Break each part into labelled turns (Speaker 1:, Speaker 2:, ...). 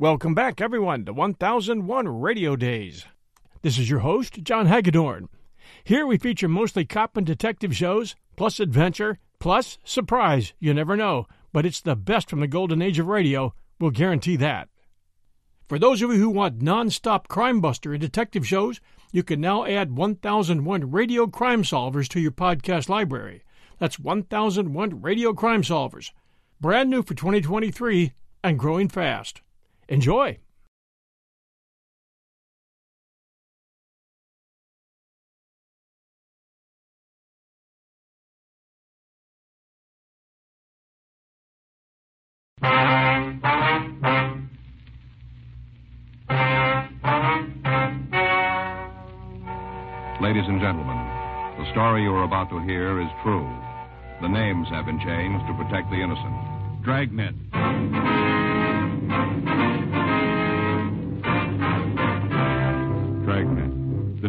Speaker 1: Welcome back, everyone, to 1001 Radio Days. This is your host, John Hagedorn. Here we feature mostly cop and detective shows, plus adventure, plus surprise. You never know, but it's the best from the golden age of radio. We'll guarantee that. For those of you who want non-stop crime buster and detective shows, you can now add 1001 Radio Crime Solvers to your podcast library. That's 1001 Radio Crime Solvers. Brand new for 2023 and growing fast. Enjoy.
Speaker 2: Ladies and gentlemen, the story you are about to hear is true. The names have been changed to protect the innocent. Dragnet.
Speaker 3: Dragnet, the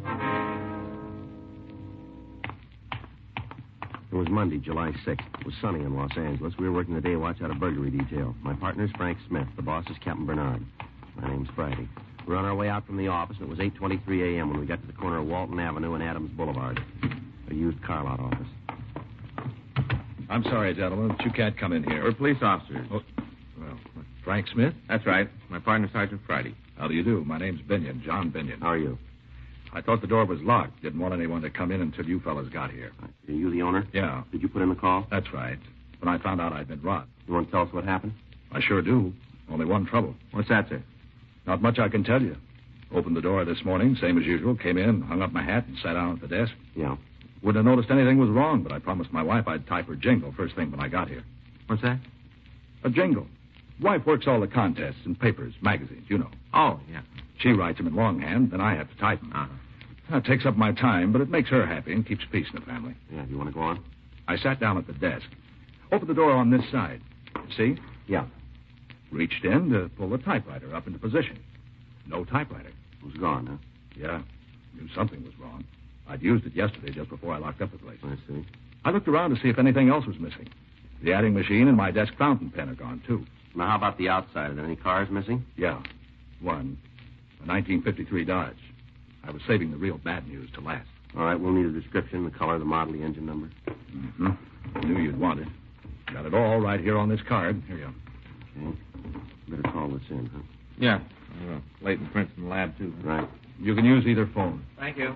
Speaker 4: It was Monday, July 6th. It was sunny in Los Angeles. We were working the day watch out of burglary detail. My partner's Frank Smith. The boss is Captain Bernard. My name's Friday. We We're on our way out from the office, and it was 8.23 a.m. when we got to the corner of Walton Avenue and Adams Boulevard. A used car lot office.
Speaker 5: I'm sorry, gentlemen, but you can't come in here.
Speaker 6: We're police officers.
Speaker 5: Oh, well, Frank Smith?
Speaker 6: That's right. My partner, Sergeant Friday.
Speaker 5: How do you do? My name's Binion, John Binion.
Speaker 4: How are you?
Speaker 5: I thought the door was locked. Didn't want anyone to come in until you fellas got here.
Speaker 4: Are you the owner?
Speaker 5: Yeah,
Speaker 4: Did you put in the call?
Speaker 5: that's right. When I found out I'd been robbed,
Speaker 4: You want to tell us what happened?
Speaker 5: I sure do. Only one trouble.
Speaker 6: What's that, sir?
Speaker 5: Not much I can tell you. Opened the door this morning, same as usual. Came in, hung up my hat, and sat down at the desk.
Speaker 4: Yeah.
Speaker 5: Wouldn't have noticed anything was wrong, but I promised my wife I'd type her jingle first thing when I got here.
Speaker 6: What's that?
Speaker 5: A jingle. Wife works all the contests and papers, magazines, you know.
Speaker 6: Oh, yeah.
Speaker 5: She writes them in longhand, then I have to type them.
Speaker 6: Uh-huh.
Speaker 5: That takes up my time, but it makes her happy and keeps peace in the family.
Speaker 4: Yeah, do you want to go on?
Speaker 5: I sat down at the desk, opened the door on this side. See?
Speaker 4: Yeah.
Speaker 5: Reached in to pull the typewriter up into position. No typewriter.
Speaker 4: It was gone, huh?
Speaker 5: Yeah. Knew something was wrong. I'd used it yesterday just before I locked up the place.
Speaker 4: I see.
Speaker 5: I looked around to see if anything else was missing. The adding machine and my desk fountain pen are gone, too.
Speaker 4: Now, how about the outside? Are there any cars missing?
Speaker 5: Yeah. One. A 1953 Dodge. I was saving the real bad news to last.
Speaker 4: All right, we'll need a description, the color, the model, the engine number.
Speaker 5: Mm-hmm. Knew you'd want it. Got it all right here on this card. Here you are.
Speaker 4: Okay. Better call this in, huh?
Speaker 6: Yeah. Uh, Leighton Princeton Lab, too.
Speaker 4: Right.
Speaker 5: You can use either phone.
Speaker 6: Thank you.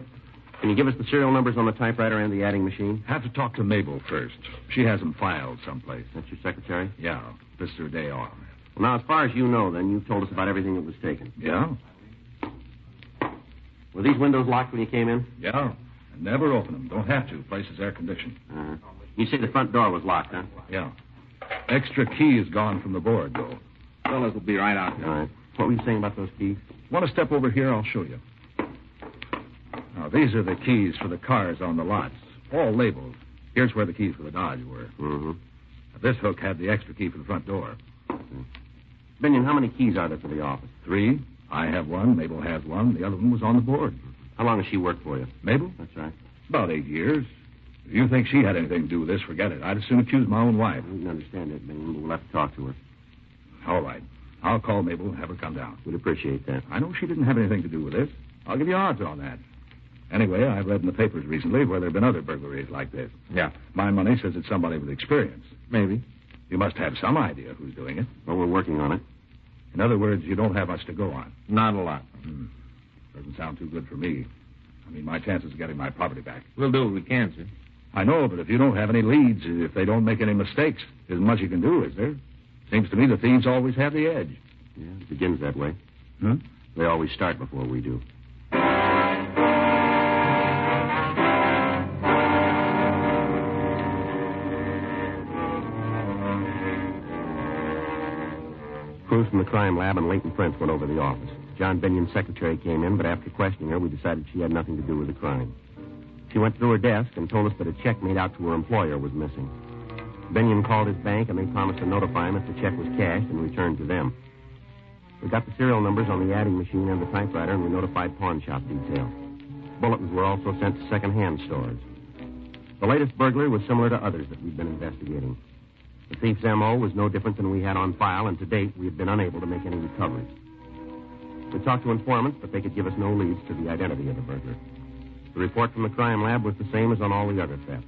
Speaker 4: Can you give us the serial numbers on the typewriter and the adding machine?
Speaker 5: Have to talk to Mabel first. She has them filed someplace.
Speaker 4: That's your secretary?
Speaker 5: Yeah, this is her day off.
Speaker 4: Well, now, as far as you know, then, you've told us about everything that was taken.
Speaker 5: Yeah?
Speaker 4: Were these windows locked when you came in?
Speaker 5: Yeah. And never open them. Don't have to. Place is air conditioned.
Speaker 4: Uh-huh. You say the front door was locked, huh?
Speaker 5: Yeah. Extra key is gone from the board, though.
Speaker 6: Fellas will be right out.
Speaker 4: All right. What were you saying about those keys?
Speaker 5: Want to step over here? I'll show you. Now, these are the keys for the cars on the lots, all labeled. Here's where the keys for the Dodge were.
Speaker 4: Mm-hmm.
Speaker 5: Now, this hook had the extra key for the front door.
Speaker 4: Binion, how many keys are there for the office?
Speaker 5: Three. I have one. Mabel has one. The other one was on the board.
Speaker 4: How long has she worked for you?
Speaker 5: Mabel?
Speaker 4: That's right.
Speaker 5: About eight years. If you think she had anything to do with this, forget it. I'd as soon accuse my own
Speaker 4: I
Speaker 5: wife.
Speaker 4: didn't understand it, Binion, but we'll have to talk to her.
Speaker 5: All right. I'll call Mabel and have her come down.
Speaker 4: We'd appreciate that.
Speaker 5: I know she didn't have anything to do with this. I'll give you odds on that. Anyway, I've read in the papers recently where there have been other burglaries like this.
Speaker 6: Yeah.
Speaker 5: My money says it's somebody with experience.
Speaker 6: Maybe.
Speaker 5: You must have some idea who's doing it.
Speaker 4: Well, we're working on it.
Speaker 5: In other words, you don't have much to go on. Hmm.
Speaker 6: Not a lot.
Speaker 5: Doesn't sound too good for me. I mean, my chances of getting my property back.
Speaker 6: We'll do what we can, sir.
Speaker 5: I know, but if you don't have any leads, if they don't make any mistakes, there's much you can do, is there? Seems to me the thieves always have the edge.
Speaker 4: Yeah, it begins that way.
Speaker 5: Hmm?
Speaker 4: They always start before we do. Crews from the crime lab and Leighton Prince went over the office. John Binion's secretary came in, but after questioning her, we decided she had nothing to do with the crime. She went through her desk and told us that a check made out to her employer was missing. Benyon called his bank, and they promised to notify him if the check was cashed and returned to them. We got the serial numbers on the adding machine and the typewriter, and we notified pawn shop detail. Bulletins were also sent to second-hand stores. The latest burglary was similar to others that we've been investigating. The thief's M.O. was no different than we had on file, and to date, we have been unable to make any recoveries. We talked to informants, but they could give us no leads to the identity of the burglar. The report from the crime lab was the same as on all the other thefts.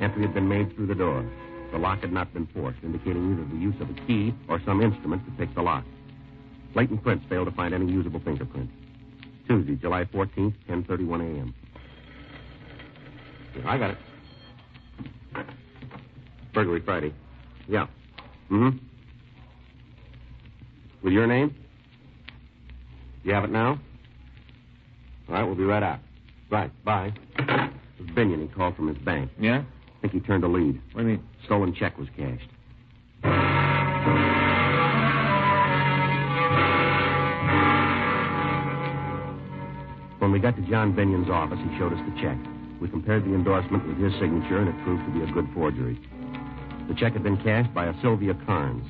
Speaker 4: Entry had been made through the door. The lock had not been forced, indicating either the use of a key or some instrument to pick the lock. Leighton Prince failed to find any usable fingerprint. Tuesday, July 14th, 10.31 a.m. Here, I got it. Burglary Friday. Yeah. Mm-hmm. With your name? You have it now? All right, we'll be right out. Right, bye. It was Binion he called from his bank.
Speaker 5: Yeah?
Speaker 4: I think he turned a lead.
Speaker 5: What do you mean?
Speaker 4: Stolen check was cashed. When we got to John Binion's office, he showed us the check. We compared the endorsement with his signature, and it proved to be a good forgery. The check had been cashed by a Sylvia Carnes.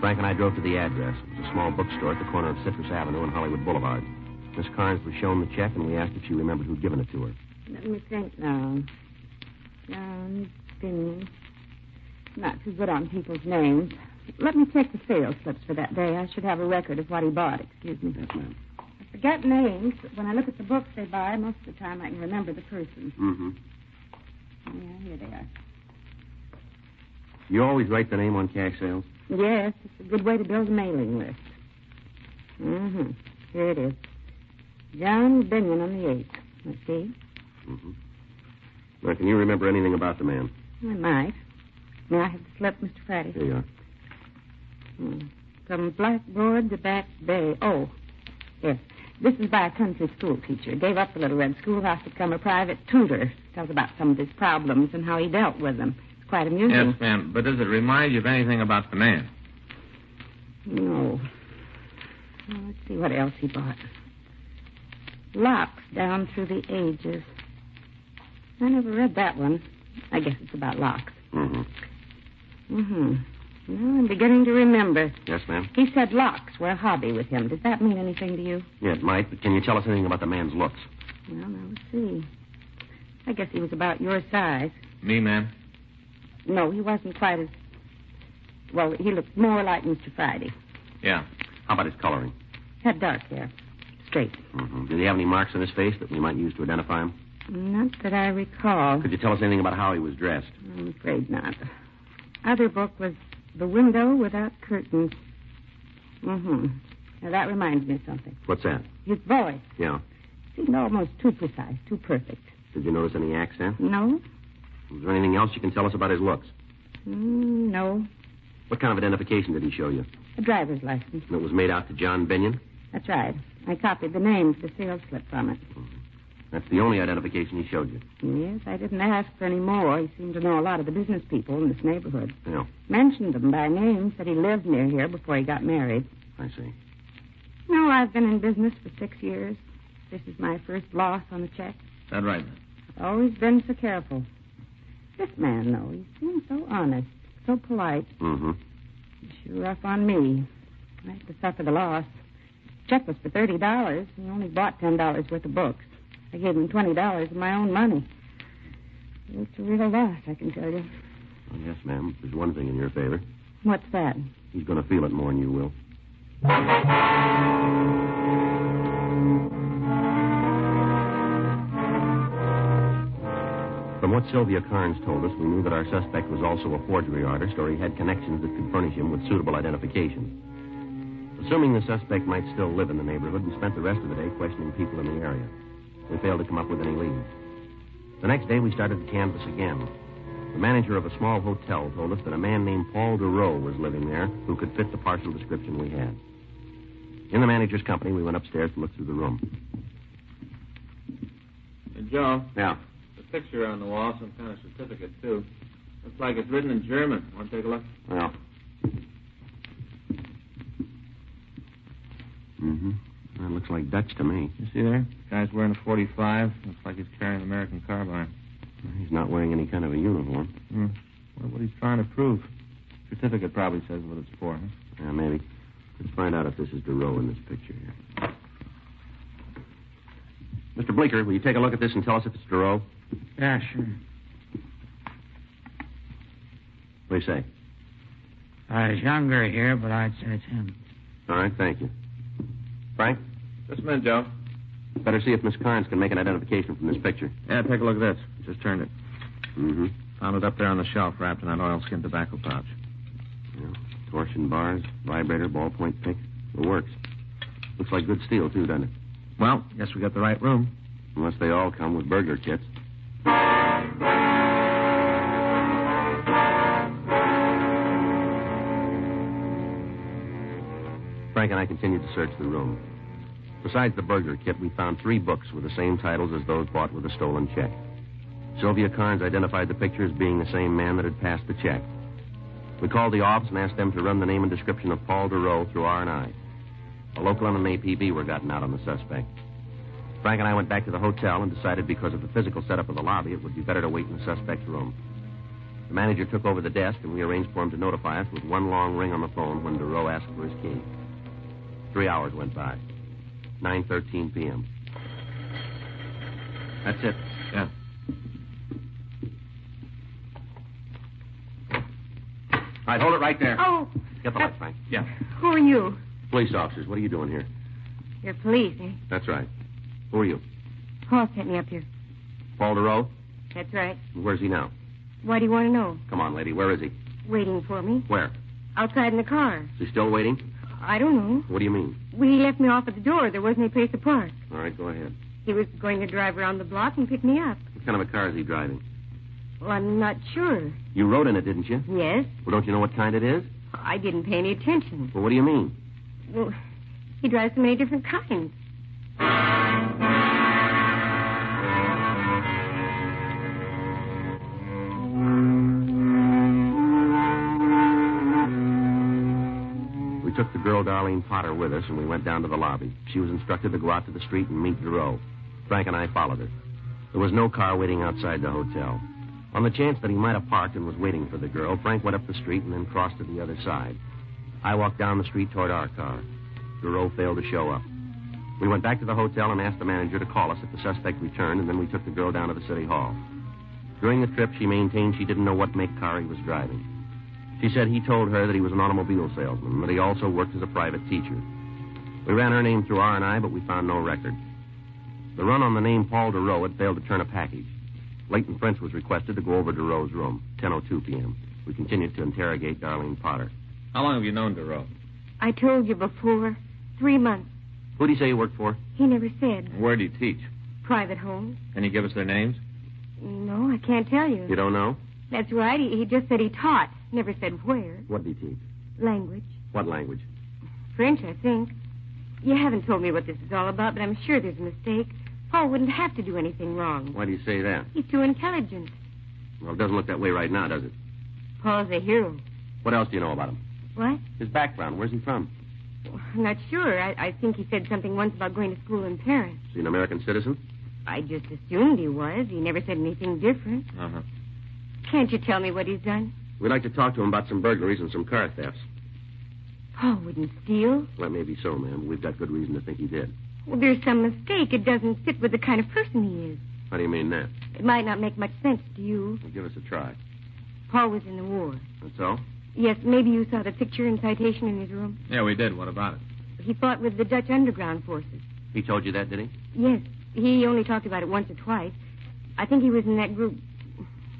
Speaker 4: Frank and I drove to the address. It was a small bookstore at the corner of Citrus Avenue and Hollywood Boulevard. Miss Carnes was shown the check, and we asked if she remembered who'd given it to her.
Speaker 7: Let me think now. Um, John Binion. Not so good on people's names. Let me check the sales slips for that day. I should have a record of what he bought. Excuse me.
Speaker 4: Yes, ma'am.
Speaker 7: I forget names, but when I look at the books they buy, most of the time I can remember the person.
Speaker 4: Mm-hmm.
Speaker 7: Yeah, here they are.
Speaker 4: You always write the name on cash sales?
Speaker 7: Yes, it's a good way to build a mailing list. Mm-hmm. Here it is. John Binion on the 8th. Let's see.
Speaker 4: Mm-hmm. Now, can you remember anything about the man?
Speaker 7: I might. May I have the slip, Mr. Friday?
Speaker 4: Here you are.
Speaker 7: Hmm. From Blackboard to Back Bay. Oh, yes. This is by a country school teacher. Gave up the Little Red Schoolhouse to become a private tutor. Tells about some of his problems and how he dealt with them. It's quite amusing.
Speaker 5: Yes, ma'am. But does it remind you of anything about the man?
Speaker 7: No. Well, let's see what else he bought. Locks down through the ages. I never read that one. I guess it's about locks.
Speaker 4: Mm-hmm.
Speaker 7: Mm-hmm. Now I'm beginning to remember.
Speaker 4: Yes, ma'am.
Speaker 7: He said locks were a hobby with him. Does that mean anything to you?
Speaker 4: Yeah, it might, but can you tell us anything about the man's looks?
Speaker 7: Well, now let's see. I guess he was about your size.
Speaker 5: Me, ma'am?
Speaker 7: No, he wasn't quite as. Well, he looked more like Mr. Friday.
Speaker 5: Yeah.
Speaker 4: How about his coloring?
Speaker 7: Had dark hair. Straight.
Speaker 4: Mm-hmm. Did he have any marks on his face that we might use to identify him?
Speaker 7: Not that I recall.
Speaker 4: Could you tell us anything about how he was dressed?
Speaker 7: I'm afraid not. Other book was The Window Without Curtains. Mm-hmm. Now, that reminds me of something.
Speaker 4: What's that?
Speaker 7: His voice
Speaker 4: Yeah.
Speaker 7: seemed almost too precise, too perfect.
Speaker 4: Did you notice any accent?
Speaker 7: No?
Speaker 4: Is there anything else you can tell us about his looks?
Speaker 7: Mm, no.
Speaker 4: What kind of identification did he show you?
Speaker 7: A driver's license.
Speaker 4: And it was made out to John Benyon?
Speaker 7: That's right. I copied the name for the sales slip from it.
Speaker 4: That's the only identification he showed you.
Speaker 7: Yes, I didn't ask for any more. He seemed to know a lot of the business people in this neighborhood.
Speaker 4: Yeah,
Speaker 7: Mentioned them by name, said he lived near here before he got married.
Speaker 4: I see.
Speaker 7: No, I've been in business for six years. This is my first loss on a check.
Speaker 5: Is that right, ma'am?
Speaker 7: I've always been so careful. This man, though, he seemed so honest, so polite.
Speaker 4: Mm-hmm.
Speaker 7: Sure rough on me. I had to suffer the loss. Check was for thirty dollars. He only bought ten dollars worth of books. I gave him twenty dollars of my own money. It's a real loss, I can tell you.
Speaker 4: Well, yes, ma'am. There's one thing in your favor.
Speaker 7: What's that?
Speaker 4: He's going to feel it more than you will. From what Sylvia Carnes told us, we knew that our suspect was also a forgery artist, or he had connections that could furnish him with suitable identification. Assuming the suspect might still live in the neighborhood, we spent the rest of the day questioning people in the area. We failed to come up with any leads. The next day, we started to canvass again. The manager of a small hotel told us that a man named Paul Durow was living there who could fit the partial description we had. In the manager's company, we went upstairs to look through the room.
Speaker 5: Hey, Joe,
Speaker 4: Yeah.
Speaker 5: the picture on the wall, some kind of certificate, too. Looks like it's written in German. Want to take a look?
Speaker 4: Well. Mm-hmm. That looks like Dutch to me.
Speaker 5: You see there? Guy's wearing a 45. Looks like he's carrying an American carbine.
Speaker 4: He's not wearing any kind of a uniform.
Speaker 5: Hmm. Wonder what he's trying to prove. Certificate probably says what it's for. Huh?
Speaker 4: Yeah, Uh, maybe. Let's find out if this is Duro in this picture here. Mr. Bleeker, will you take a look at this and tell us if it's Duro?
Speaker 7: Yeah, sure.
Speaker 4: What do you say?
Speaker 7: Uh, it's younger here, but I'd say it's him.
Speaker 4: All right, thank you. Frank,
Speaker 5: Just a minute, Joe.
Speaker 4: better see if Miss Carnes can make an identification from this picture.
Speaker 5: Yeah, take a look at this. Just turned it.
Speaker 4: Mm-hmm.
Speaker 5: Found it up there on the shelf, wrapped in that oilskin tobacco pouch.
Speaker 4: Torsion bars, vibrator, ballpoint pick. It works. Looks like good steel, too, doesn't it?
Speaker 5: Well, guess we got the right room.
Speaker 4: Unless they all come with burglar kits. Frank and I continued to search the room. Besides the burglar kit, we found three books with the same titles as those bought with a stolen check. Sylvia Carnes identified the picture as being the same man that had passed the check. We called the office and asked them to run the name and description of Paul Duro through R&I. A local and an APB were gotten out on the suspect. Frank and I went back to the hotel and decided because of the physical setup of the lobby, it would be better to wait in the suspect's room. The manager took over the desk, and we arranged for him to notify us with one long ring on the phone when DeRoe asked for his key. Three hours went by. 9.13 p.m. That's it.
Speaker 5: Yeah.
Speaker 4: All right, hold it right there.
Speaker 8: Oh,
Speaker 4: Get the light, Frank.
Speaker 5: Yeah.
Speaker 8: who are you?
Speaker 4: Police officers, what are you doing here?
Speaker 8: You're police, eh?
Speaker 4: That's right. Who are you?
Speaker 8: Paul sent me up here.
Speaker 4: Paul DeRoe?
Speaker 8: That's right.
Speaker 4: Where's he now?
Speaker 8: Why do you want to know?
Speaker 4: Come on, lady. Where is he?
Speaker 8: Waiting for me.
Speaker 4: Where?
Speaker 8: Outside in the car.
Speaker 4: Is he still waiting?
Speaker 8: I don't know.
Speaker 4: What do you mean?
Speaker 8: Well, he left me off at the door. There wasn't any place to park.
Speaker 4: All right, go ahead.
Speaker 8: He was going to drive around the block and pick me up.
Speaker 4: What kind of a car is he driving?
Speaker 8: Well, I'm not sure.
Speaker 4: You rode in it, didn't you?
Speaker 8: Yes,
Speaker 4: Well, don't you know what kind it is?
Speaker 8: I didn't pay any attention.
Speaker 4: Well, what do you mean?
Speaker 8: Well, he drives so many different kinds.
Speaker 4: We took the girl Darlene Potter with us, and we went down to the lobby. She was instructed to go out to the street and meet Giroux. Frank and I followed her. There was no car waiting outside the hotel. On the chance that he might have parked and was waiting for the girl, Frank went up the street and then crossed to the other side. I walked down the street toward our car. Giroux failed to show up. We went back to the hotel and asked the manager to call us if the suspect returned, and then we took the girl down to the city hall. During the trip, she maintained she didn't know what make car he was driving. She said he told her that he was an automobile salesman and that he also worked as a private teacher. We ran her name through R&I, but we found no record. The run on the name Paul DeRoe had failed to turn a package. Leighton Prince was requested to go over to DeRoe's room, 10.02 p.m. We continued to interrogate Darlene Potter.
Speaker 5: How long have you known Duro?
Speaker 8: I told you before. Three months.
Speaker 4: Who did he say he worked for?
Speaker 8: He never said.
Speaker 5: Where do you teach?
Speaker 8: Private home?
Speaker 5: Can you give us their names?
Speaker 8: No, I can't tell you.
Speaker 4: You don't know?
Speaker 8: That's right. He, he just said he taught. Never said where.
Speaker 4: What did he teach?
Speaker 8: Language.
Speaker 4: What language?
Speaker 8: French, I think. You haven't told me what this is all about, but I'm sure there's a mistake. Paul wouldn't have to do anything wrong.
Speaker 4: Why do you say that?
Speaker 8: He's too intelligent.
Speaker 4: Well, it doesn't look that way right now, does it?
Speaker 8: Paul's a hero.
Speaker 4: What else do you know about him?
Speaker 8: What?
Speaker 4: His background. Where's he from?
Speaker 8: I'm not sure. I, I think he said something once about going to school in Paris.
Speaker 4: Is he an American citizen?
Speaker 8: I just assumed he was. He never said anything different.
Speaker 5: Uh huh.
Speaker 8: Can't you tell me what he's done?
Speaker 4: We'd like to talk to him about some burglaries and some car thefts.
Speaker 8: Paul wouldn't steal.
Speaker 4: Well, that may be so, ma'am. but We've got good reason to think he did.
Speaker 8: Well, there's some mistake. It doesn't fit with the kind of person he is.
Speaker 4: How do you mean that?
Speaker 8: It might not make much sense to you.
Speaker 4: Well, give us a try.
Speaker 8: Paul was in the war.
Speaker 4: That's all?
Speaker 8: Yes, maybe you saw the picture and citation in his room.
Speaker 5: Yeah, we did. What about it?
Speaker 8: He fought with the Dutch underground forces.
Speaker 4: He told you that, did he?
Speaker 8: Yes, he only talked about it once or twice. I think he was in that group.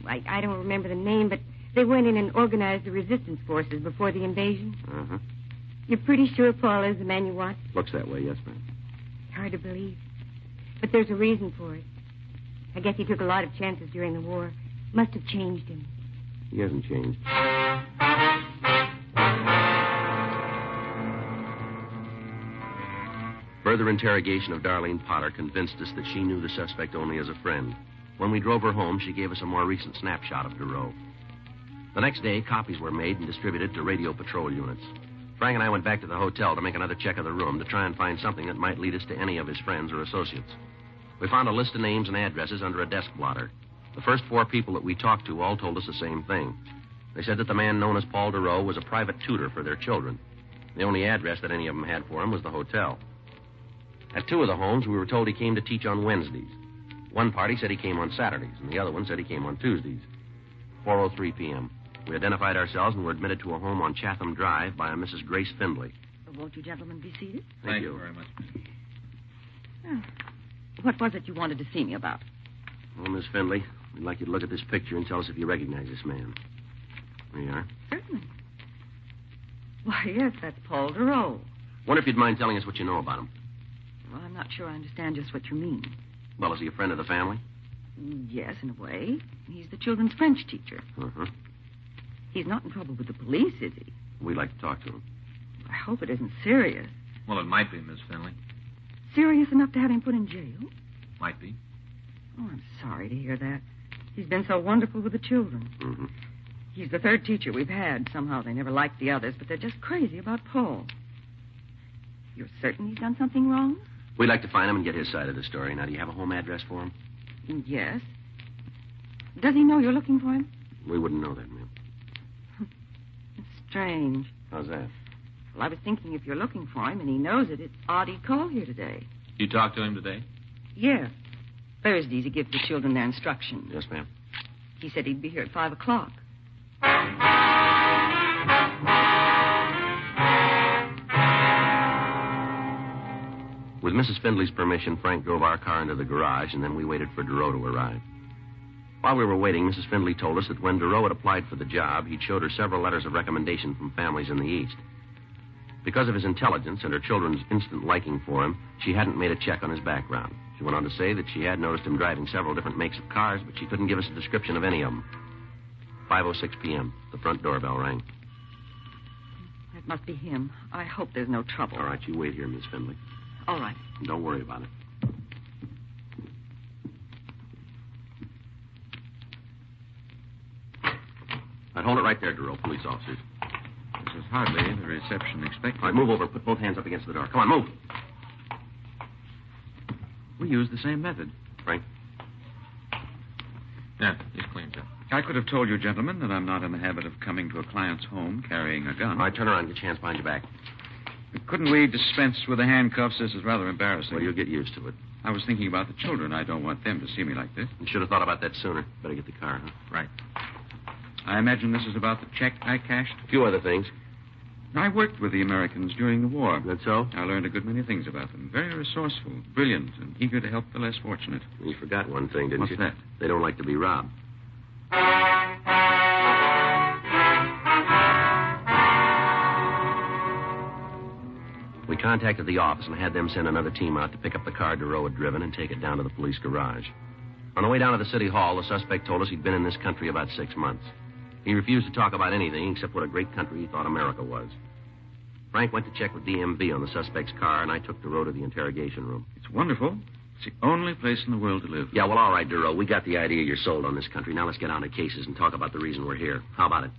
Speaker 8: I, I don't remember the name, but they went in and organized the resistance forces before the invasion.
Speaker 4: Uh huh.
Speaker 8: You're pretty sure Paul is the man you want?
Speaker 4: Looks that way, yes, ma'am.
Speaker 8: Hard to believe. But there's a reason for it. I guess he took a lot of chances during the war. Must have changed him.
Speaker 4: He hasn't changed. Further interrogation of Darlene Potter convinced us that she knew the suspect only as a friend. When we drove her home, she gave us a more recent snapshot of Duro. The next day, copies were made and distributed to radio patrol units. Frank and I went back to the hotel to make another check of the room to try and find something that might lead us to any of his friends or associates. We found a list of names and addresses under a desk blotter. The first four people that we talked to all told us the same thing. They said that the man known as Paul DeRoe was a private tutor for their children. The only address that any of them had for him was the hotel. At two of the homes, we were told he came to teach on Wednesdays. One party said he came on Saturdays, and the other one said he came on Tuesdays. 4.03 p.m. We identified ourselves and were admitted to a home on Chatham Drive by a Mrs. Grace Findlay.
Speaker 9: Won't you gentlemen be seated? Oh.
Speaker 4: Thank, you.
Speaker 5: very much.
Speaker 9: What was it you wanted to see me about?
Speaker 4: Well, Miss Findlay, we'd like you to look at this picture and tell us if you recognize this man. Here you are.
Speaker 9: Certainly. Why, yes, that's Paul DeRoe.
Speaker 4: Wonder if you'd mind telling us what you know about him.
Speaker 9: Well, I'm not sure I understand just what you mean.
Speaker 4: Well, is he a friend of the family?
Speaker 9: Yes, in a way. He's the children's French teacher.
Speaker 4: Uh-huh.
Speaker 9: He's not in trouble with the police, is he?
Speaker 4: We'd like to talk to him.
Speaker 9: I hope it isn't serious.
Speaker 5: Well, it might be, Miss Finley.
Speaker 9: Serious enough to have him put in jail?
Speaker 5: Might be.
Speaker 9: Oh, I'm sorry to hear that. He's been so wonderful with the children.
Speaker 4: Mm-hmm.
Speaker 9: He's the third teacher we've had. Somehow they never liked the others, but they're just crazy about Paul. You're certain he's done something wrong?
Speaker 4: We'd like to find him and get his side of the story. Now, do you have a home address for him?
Speaker 9: Yes. Does he know you're looking for him?
Speaker 4: We wouldn't know that, ma'am.
Speaker 9: Strange.
Speaker 4: How's that?
Speaker 9: Well, I was thinking if you're looking for him and he knows it, it's odd he'd call here today.
Speaker 5: You talked to him today?
Speaker 9: Yes. Thursdays he gives the children their instruction.
Speaker 4: Yes, ma'am.
Speaker 9: He said he'd be here at five o'clock.
Speaker 4: With Mrs. Findley's permission, Frank drove our car into the garage, and then we waited for Duro to arrive. While we were waiting, Mrs. Findley told us that when Duro had applied for the job, he'd showed her several letters of recommendation from families in the East. Because of his intelligence and her children's instant liking for him, she hadn't made a check on his background. She went on to say that she had noticed him driving several different makes of cars, but she couldn't give us a description of any of oh them. 5.06 p.m., the front doorbell rang.
Speaker 9: That must be him. I hope there's no trouble.
Speaker 4: All right, you wait here, Miss Findley.
Speaker 9: All right.
Speaker 4: Don't worry about it. I'd hold it right there, Duro, police officers.
Speaker 10: This is hardly the reception expected.
Speaker 4: All right, move over. Put both hands up against the door. Come on, move.
Speaker 10: We used the same method.
Speaker 4: Frank,
Speaker 5: Yeah, he's cleaned up.
Speaker 10: I could have told you, gentlemen, that I'm not in the habit of coming to a client's home carrying a
Speaker 4: all
Speaker 10: gun.
Speaker 4: right, turn around. Get your hands behind your back.
Speaker 10: Couldn't we dispense with the handcuffs? This is rather embarrassing.
Speaker 4: Well, you'll get used to it.
Speaker 10: I was thinking about the children. I don't want them to see me like this.
Speaker 4: You should have thought about that sooner. Better get the car, huh?
Speaker 10: Right. I imagine this is about the check I cashed.
Speaker 4: A few other things.
Speaker 10: I worked with the Americans during the war.
Speaker 4: That so?
Speaker 10: I learned a good many things about them. Very resourceful, brilliant, and eager to help the less fortunate.
Speaker 4: You forgot one thing, didn't
Speaker 10: What's
Speaker 4: you?
Speaker 10: that?
Speaker 4: They don't like to be robbed. We contacted the office and had them send another team out to pick up the car DeRoe had driven and take it down to the police garage. On the way down to the city hall, the suspect told us he'd been in this country about six months. He refused to talk about anything except what a great country he thought America was. Frank went to check with DMV on the suspect's car, and I took DeRoe to the interrogation room.
Speaker 10: It's wonderful. It's the only place in the world to live.
Speaker 4: Yeah, well, all right, Duro. We got the idea you're sold on this country. Now let's get on to cases and talk about the reason we're here. How about it?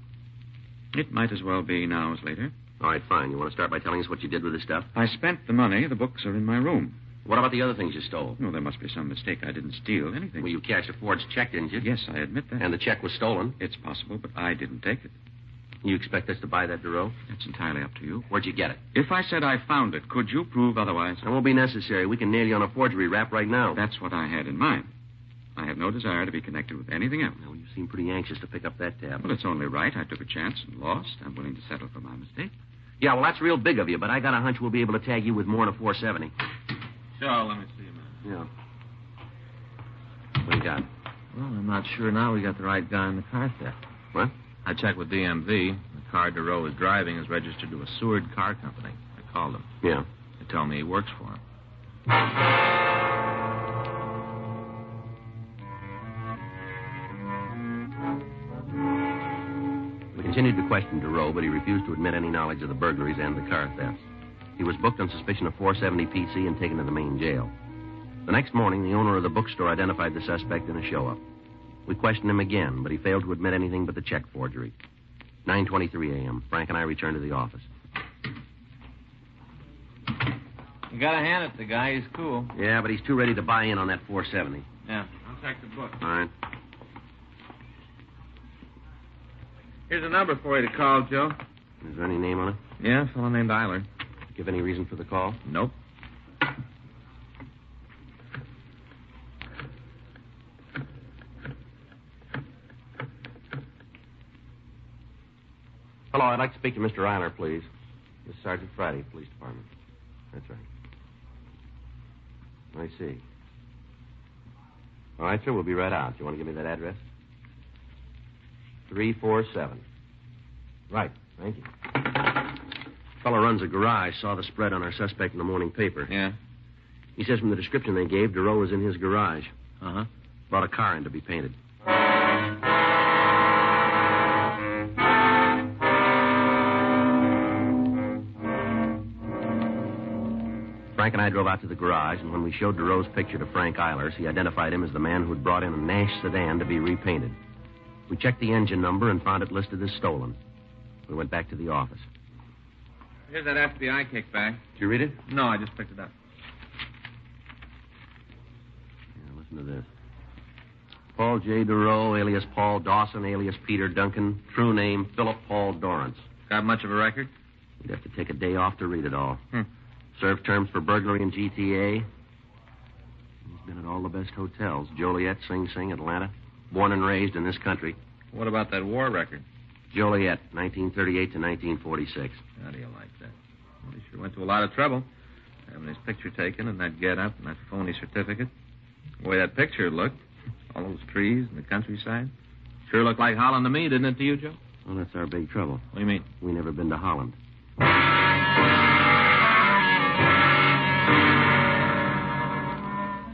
Speaker 10: It might as well be now as later.
Speaker 4: All right, fine. You want to start by telling us what you did with this stuff?
Speaker 10: I spent the money. The books are in my room.
Speaker 4: What about the other things you stole?
Speaker 10: No, there must be some mistake. I didn't steal anything.
Speaker 4: Well, you cashed a forged check, didn't you?
Speaker 10: Yes, I admit that.
Speaker 4: And the check was stolen.
Speaker 10: It's possible, but I didn't take it.
Speaker 4: You expect us to buy that, Duro?
Speaker 10: That's entirely up to you.
Speaker 4: Where'd you get it?
Speaker 10: If I said I found it, could you prove otherwise?
Speaker 4: It won't be necessary. We can nail you on a forgery rap right now.
Speaker 10: That's what I had in mind. I have no desire to be connected with anything else.
Speaker 4: Well, you seem pretty anxious to pick up that tab.
Speaker 10: Well, it's only right. I took a chance and lost. I'm willing to settle for my mistake.
Speaker 4: Yeah, well, that's real big of you, but I got a hunch we'll be able to tag you with more than a 470.
Speaker 5: Sure, let me see a minute.
Speaker 4: Yeah. What do you got?
Speaker 5: Well, I'm not sure now we got the right guy in the car theft.
Speaker 4: What?
Speaker 5: I checked with DMV. The car DeRoe was driving is registered to a Seward car company. I called them.
Speaker 4: Yeah.
Speaker 5: They tell me he works for him.
Speaker 4: We continued to question DeRoe, but he refused to admit any knowledge of the burglaries and the car thefts. He was booked on suspicion of 470 PC and taken to the main jail. The next morning, the owner of the bookstore identified the suspect in a show-up. We questioned him again, but he failed to admit anything but the check forgery. 9.23 a.m., Frank and I returned to the office.
Speaker 5: You gotta hand it to the guy. He's cool.
Speaker 4: Yeah, but he's too ready to buy in on that 470.
Speaker 5: Yeah. I'll check the book.
Speaker 4: All right.
Speaker 5: Here's a number for you to call, Joe.
Speaker 4: Is there any name on it?
Speaker 5: Yeah, a fellow named Eiler.
Speaker 4: Give any reason for the call?
Speaker 5: Nope.
Speaker 4: Hello, I'd like to speak to Mr. Eiler, please. This is Sergeant Friday, Police Department. That's right. I see. All right, sir, we'll be right out. You want to give me that address? 347. Right, thank you. Fellow runs a garage, saw the spread on our suspect in the morning paper.
Speaker 5: Yeah.
Speaker 4: He says from the description they gave, Duro was in his garage.
Speaker 5: Uh huh.
Speaker 4: Brought a car in to be painted. Frank and I drove out to the garage, and when we showed DeRoe's picture to Frank Eilers, he identified him as the man who'd brought in a Nash sedan to be repainted. We checked the engine number and found it listed as stolen. We went back to the office.
Speaker 5: Here's that FBI kickback.
Speaker 4: Did you read it?
Speaker 5: No, I just picked it up.
Speaker 4: Yeah, listen to this. Paul J. DeRoe, alias Paul Dawson, alias Peter Duncan, true name Philip Paul Dorrance.
Speaker 5: Got much of a record?
Speaker 4: You'd have to take a day off to read it all.
Speaker 5: Hmm.
Speaker 4: Served terms for burglary in GTA. He's been at all the best hotels Joliet, Sing Sing, Atlanta. Born and raised in this country.
Speaker 5: What about that war record?
Speaker 4: Joliet, 1938 to 1946.
Speaker 5: How do you like that? Well, he sure went to a lot of trouble. Having his picture taken and that get up and that phony certificate. The way that picture looked, all those trees and the countryside. Sure looked like Holland to me, didn't it to you, Joe?
Speaker 4: Well, that's our big trouble.
Speaker 5: What do you mean?
Speaker 4: We never been to Holland.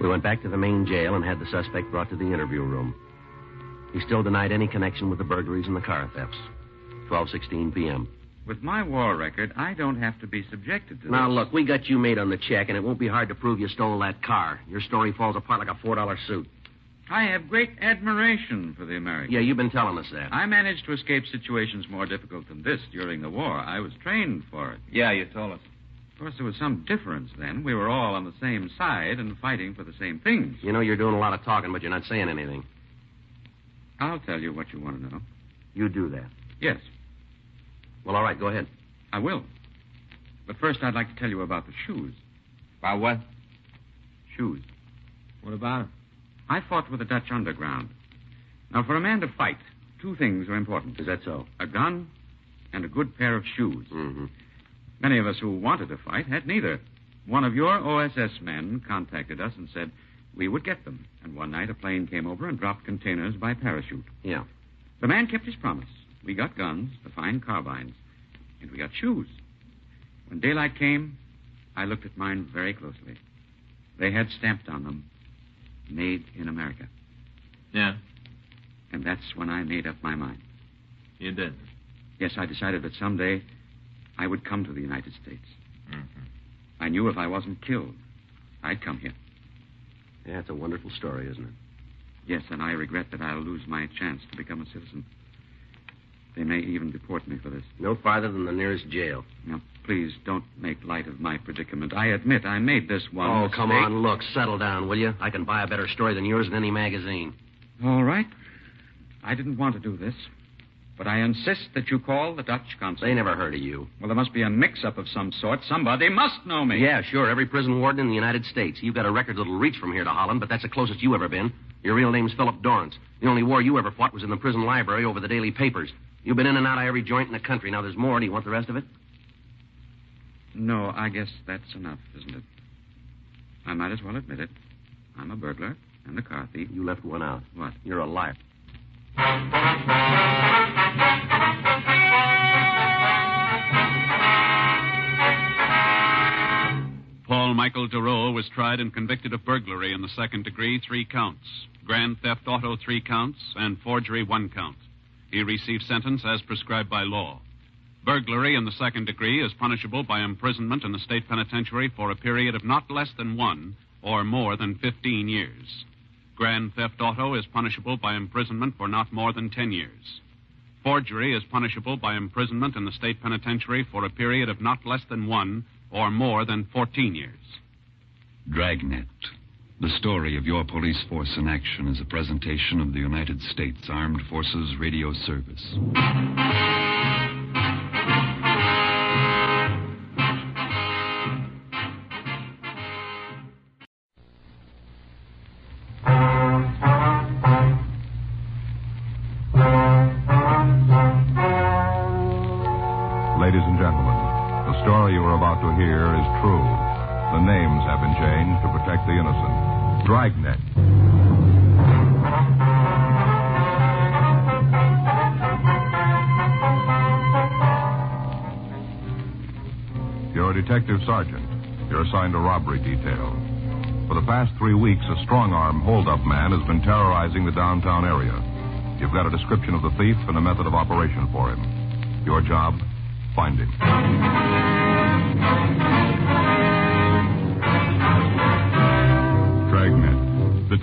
Speaker 4: We went back to the main jail and had the suspect brought to the interview room. He still denied any connection with the burglaries and the car thefts. 12:16 p.m.
Speaker 6: With my war record, I don't have to be subjected to
Speaker 4: Now
Speaker 6: this.
Speaker 4: look, we got you made on the check, and it won't be hard to prove you stole that car. Your story falls apart like a four-dollar suit.
Speaker 6: I have great admiration for the Americans.
Speaker 4: Yeah, you've been telling us that.
Speaker 6: I managed to escape situations more difficult than this during the war. I was trained for it.
Speaker 5: Yeah, you told us.
Speaker 6: Of course, there was some difference then. We were all on the same side and fighting for the same things.
Speaker 4: You know you're doing a lot of talking, but you're not saying anything.
Speaker 6: I'll tell you what you want to know.
Speaker 4: You do that.
Speaker 6: Yes,
Speaker 4: Well, all right, go ahead.
Speaker 6: I will. But first, I'd like to tell you about the shoes.
Speaker 5: About what?
Speaker 6: Shoes.
Speaker 5: What about him?
Speaker 6: I fought with the Dutch underground. Now, for a man to fight, two things are important
Speaker 4: Is that so?
Speaker 6: a gun and a good pair of shoes.
Speaker 4: Mm-hmm.
Speaker 6: Many of us who wanted to fight had neither. One of your OSS men contacted us and said we would get them. And one night, a plane came over and dropped containers by parachute.
Speaker 4: Yeah.
Speaker 6: The man kept his promise. We got guns, the fine carbines, and we got shoes. When daylight came, I looked at mine very closely. They had stamped on them, made in America.
Speaker 5: Yeah,
Speaker 6: And that's when I made up my mind.
Speaker 5: you did.
Speaker 6: Yes, I decided that someday I would come to the United States.
Speaker 5: Mm-hmm.
Speaker 6: I knew if I wasn't killed, I'd come here.
Speaker 4: Yeah, it's a wonderful story, isn't it?
Speaker 6: Yes, and I regret that I'll lose my chance to become a citizen. They may even deport me for this.
Speaker 4: No farther than the nearest jail.
Speaker 6: Now, please don't make light of my predicament. I admit I made this one.
Speaker 4: oh, come
Speaker 6: mistake.
Speaker 4: on, look, settle down, will you? I can buy a better story than yours in any magazine.
Speaker 6: All right. I didn't want to do this, but I insist that you call the Dutch consul.
Speaker 4: They never heard of you.
Speaker 6: Well, there must be a mix-up of some sort. Somebody must know me.
Speaker 4: Yeah, sure, every prison warden in the United States. You've got a record that'll reach from here to Holland, but that's the closest you ever been. Your real name's Philip Dorrance. The only war you ever fought was in the prison library over the daily papers. You've been in and out of every joint in the country. Now there's more. Do you want the rest of it?
Speaker 6: No, I guess that's enough, isn't it? I might as well admit it. I'm a burglar and a car thief.
Speaker 4: You left one out.
Speaker 6: What?
Speaker 4: You're a liar.
Speaker 3: Paul Michael DeRoe was tried and convicted of burglary in the second degree, three counts, grand theft auto, three counts, and forgery, one count. He received sentence as prescribed by law. Burglary in the second degree is punishable by imprisonment in the state penitentiary for a period of not less than one or more than 15 years. Grand theft auto is punishable by imprisonment for not more than 10 years. Forgery is punishable by imprisonment in the state penitentiary for a period of not less than one or more than 14 years.
Speaker 11: Dragnet, The story of your police force in action is a presentation of the United States Armed Forces Radio Service.
Speaker 2: Ladies and gentlemen, the story you are about to hear is true. The names have been changed to protect the innocent. Dragnet. You're a detective sergeant. You're assigned a robbery detail. For the past three weeks, a strong arm holdup man has been terrorizing the downtown area. You've got a description of the thief and a method of operation for him. Your job? Find him.
Speaker 3: Dragnet, the